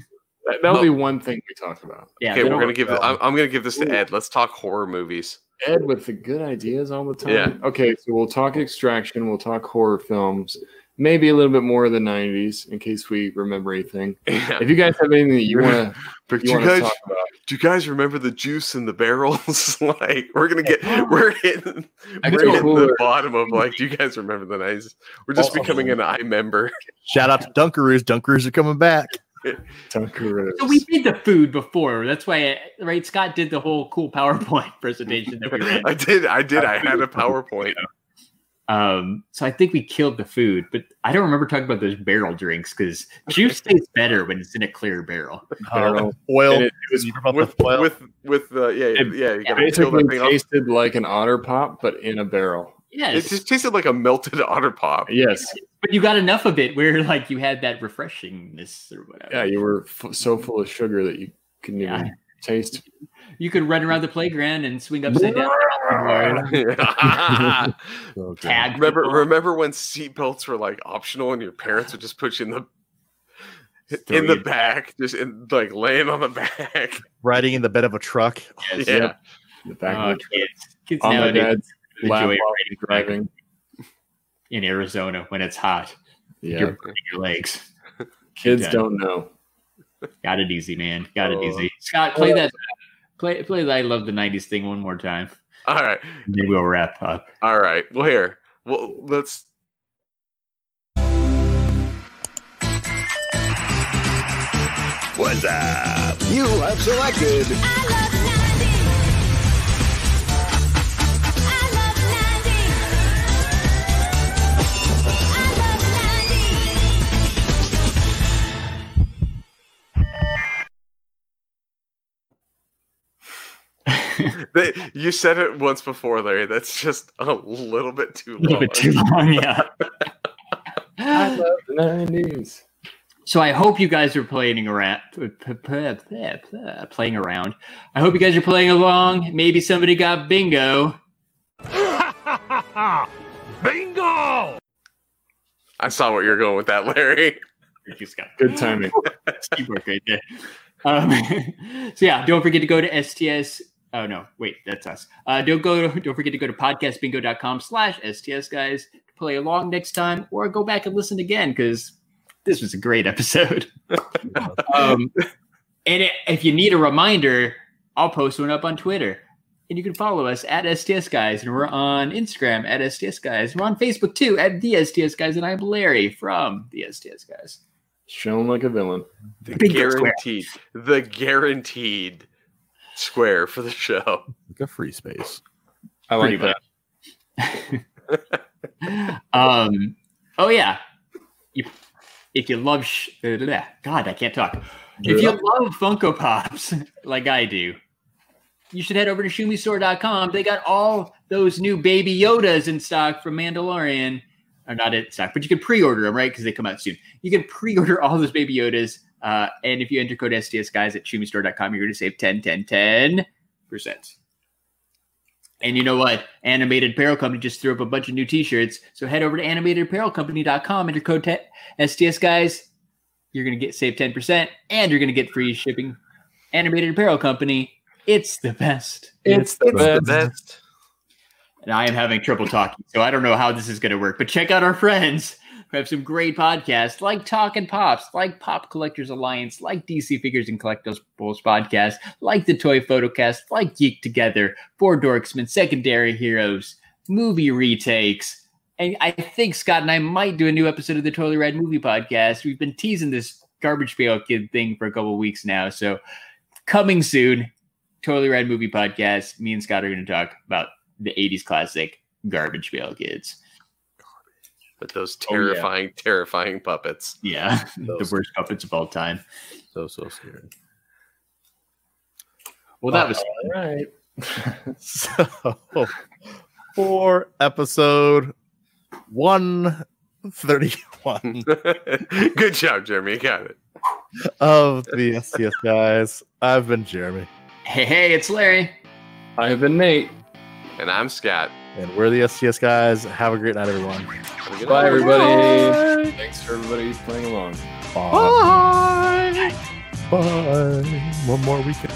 C: That, that'll
D: Well-
C: be one thing we talk about.
B: yeah.
D: okay,
B: that'll
D: we're gonna
B: work.
D: give. I'm, I'm gonna give this to Ed. Let's talk horror movies.
C: Ed with the good ideas all the time.
D: Yeah.
C: Okay, so we'll talk extraction, we'll talk horror films, maybe a little bit more of the 90s in case we remember anything.
D: Yeah.
C: If you guys have anything that you want
D: But
C: to
D: do you
C: you want to
D: guys,
C: talk about,
D: do you guys remember the juice in the barrels? like we're gonna get, we're hitting,
C: I
D: we're hitting
C: feel
D: the
C: cooler.
D: bottom of like, do you guys remember the nice? We're just
A: Also-
D: becoming an I member.
A: Shout out to Dunkaroos. Dunkaroos are coming back.
C: Dunkaroos.
B: So we did the food before. That's why, right? Scott did the whole cool PowerPoint presentation that we ran.
D: I did, I did, I had a PowerPoint.
B: Um, so I think we killed the food, but I don't remember talking about those barrel drinks because juice tastes better when it's in a clear barrel.
C: Barrel.
A: Um, Oil.
C: And it, it was
A: You brought
D: with
A: the foil.
D: with with uh, yeah
C: It
D: yeah you gotta peel
C: basically
D: that thing off.
C: tasted like an otter pop, but in a barrel.
D: It
B: Yes,
D: just tasted like a melted otter pop.
C: Yes.
B: but you got enough of it where like you had that refreshingness or whatever.
C: Yeah, you were f- so full of sugar that you couldn't even
B: Yeah.
C: taste.
B: You could run around the playground and swing upside down. Or
A: So good.
B: tag.
D: remember
B: people.
D: remember when seatbelts were like optional and your parents would just put you in the in the
B: Three.
D: back, just in, like laying on the back.
A: Riding in the bed of a truck.
D: Yeah.
B: Yes.
C: The back
B: Oh,
C: of the
B: kids, kids
C: on my
B: nowadays
C: dad's
B: enjoy
C: lap while
B: riding
C: he's driving.
B: in Arizona when it's hot.
C: Yeah,
B: You're burning your legs.
C: kids
B: Yeah.
C: don't know.
B: Got it easy, man. Got it
D: Oh.
B: easy. Scott, play that. Play play the I love the '90s thing one more time.
D: All right,
B: And then we'll wrap up.
D: all right. Well, here, well, let's.
E: What's up? You have selected
D: They, you said it once before, Larry. That's just a little bit too
B: a little
D: long.
B: bit too long,
C: I
B: yeah.
C: love the 90s.
B: So I hope you guys are playing around, p- p- p- p- p- playing around. I hope you guys are playing along. Maybe somebody got bingo.
D: I saw what you're going with that, Larry.
B: He's got
C: Good timing.
B: teamwork right there. Um, so yeah, don't forget to go to STS. Oh no, wait, that's us. Uh, don't go. Don't forget to go to podcastbingo.com slash STS guys to play along next time, or go back and listen again because this was a great episode. um, and i- if you need a reminder, I'll post one up on Twitter. And you can follow us at STS Guys, and we're on Instagram at STS Guys. We're on Facebook too at the STS Guys, and I'm Larry from the STS Guys.
C: Shown like a villain.
D: The
B: Bingo square.
D: guaranteed, the guaranteed square for the show.
A: Like a free space.
C: I like
B: Pretty
C: that.
B: um, oh yeah. You, if you love, sh- uh, bleh, God, I can't talk. If you love Funko Pops like I do, you should head over to shumistore.com. They got all those new Baby Yodas in stock from Mandalorian. Or not in stock, but you can pre-order them, right? Because they come out soon. You can pre-order all those Baby Yodas. Uh, and if you enter code SDS guys at shumistore.com, you're going to save 10, 10, 10 percent. And you know what? Animated Apparel Company just threw up a bunch of new t-shirts. So head over to animatedapparelcompany.com and your code E te- SDS guys. You're going to get save 10% and you're going to get free shipping. Animated Apparel Company, it's the best.
C: It's the best.
D: That's
B: And I am having trouble talking, so I don't know how this is going to work. But check out our friends who have some great podcasts like Talking Pops, like Pop Collectors Alliance, like DC Figures and Collectibles Podcast, like the Toy Photocast, like Geek Together, Four Dorksmen, Secondary Heroes, Movie Retakes. And I think Scott and I might do a new episode of the Totally Rad Movie Podcast. We've been teasing this garbage pail kid thing for a couple weeks now. So coming soon, Totally Rad Movie Podcast. Me and Scott are going to talk about the 80s classic Garbage Pail Kids.
D: with those
B: Oh, yeah.
D: terrifying, terrifying puppets.
B: Yeah, the
A: Those.
B: worst puppets of all time.
A: So so scary.
B: Well, that was
C: All right.
A: So for episode one thirty one
D: Good job, Jeremy. You Got it.
A: of the STS guys. I've been Jeremy.
B: hey, hey, it's Larry.
C: I have been Nate.
D: And I'm Scott.
A: And we're the STS guys. Have a great night, everyone.
D: Have a good
C: Bye,
D: night.
C: everybody. Thanks for everybody playing along.
A: Bye. Bye. One more weekend.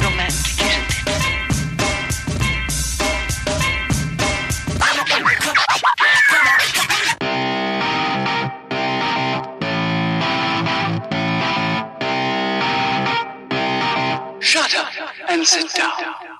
G: Romantic, isn't it? Shut up and sit down.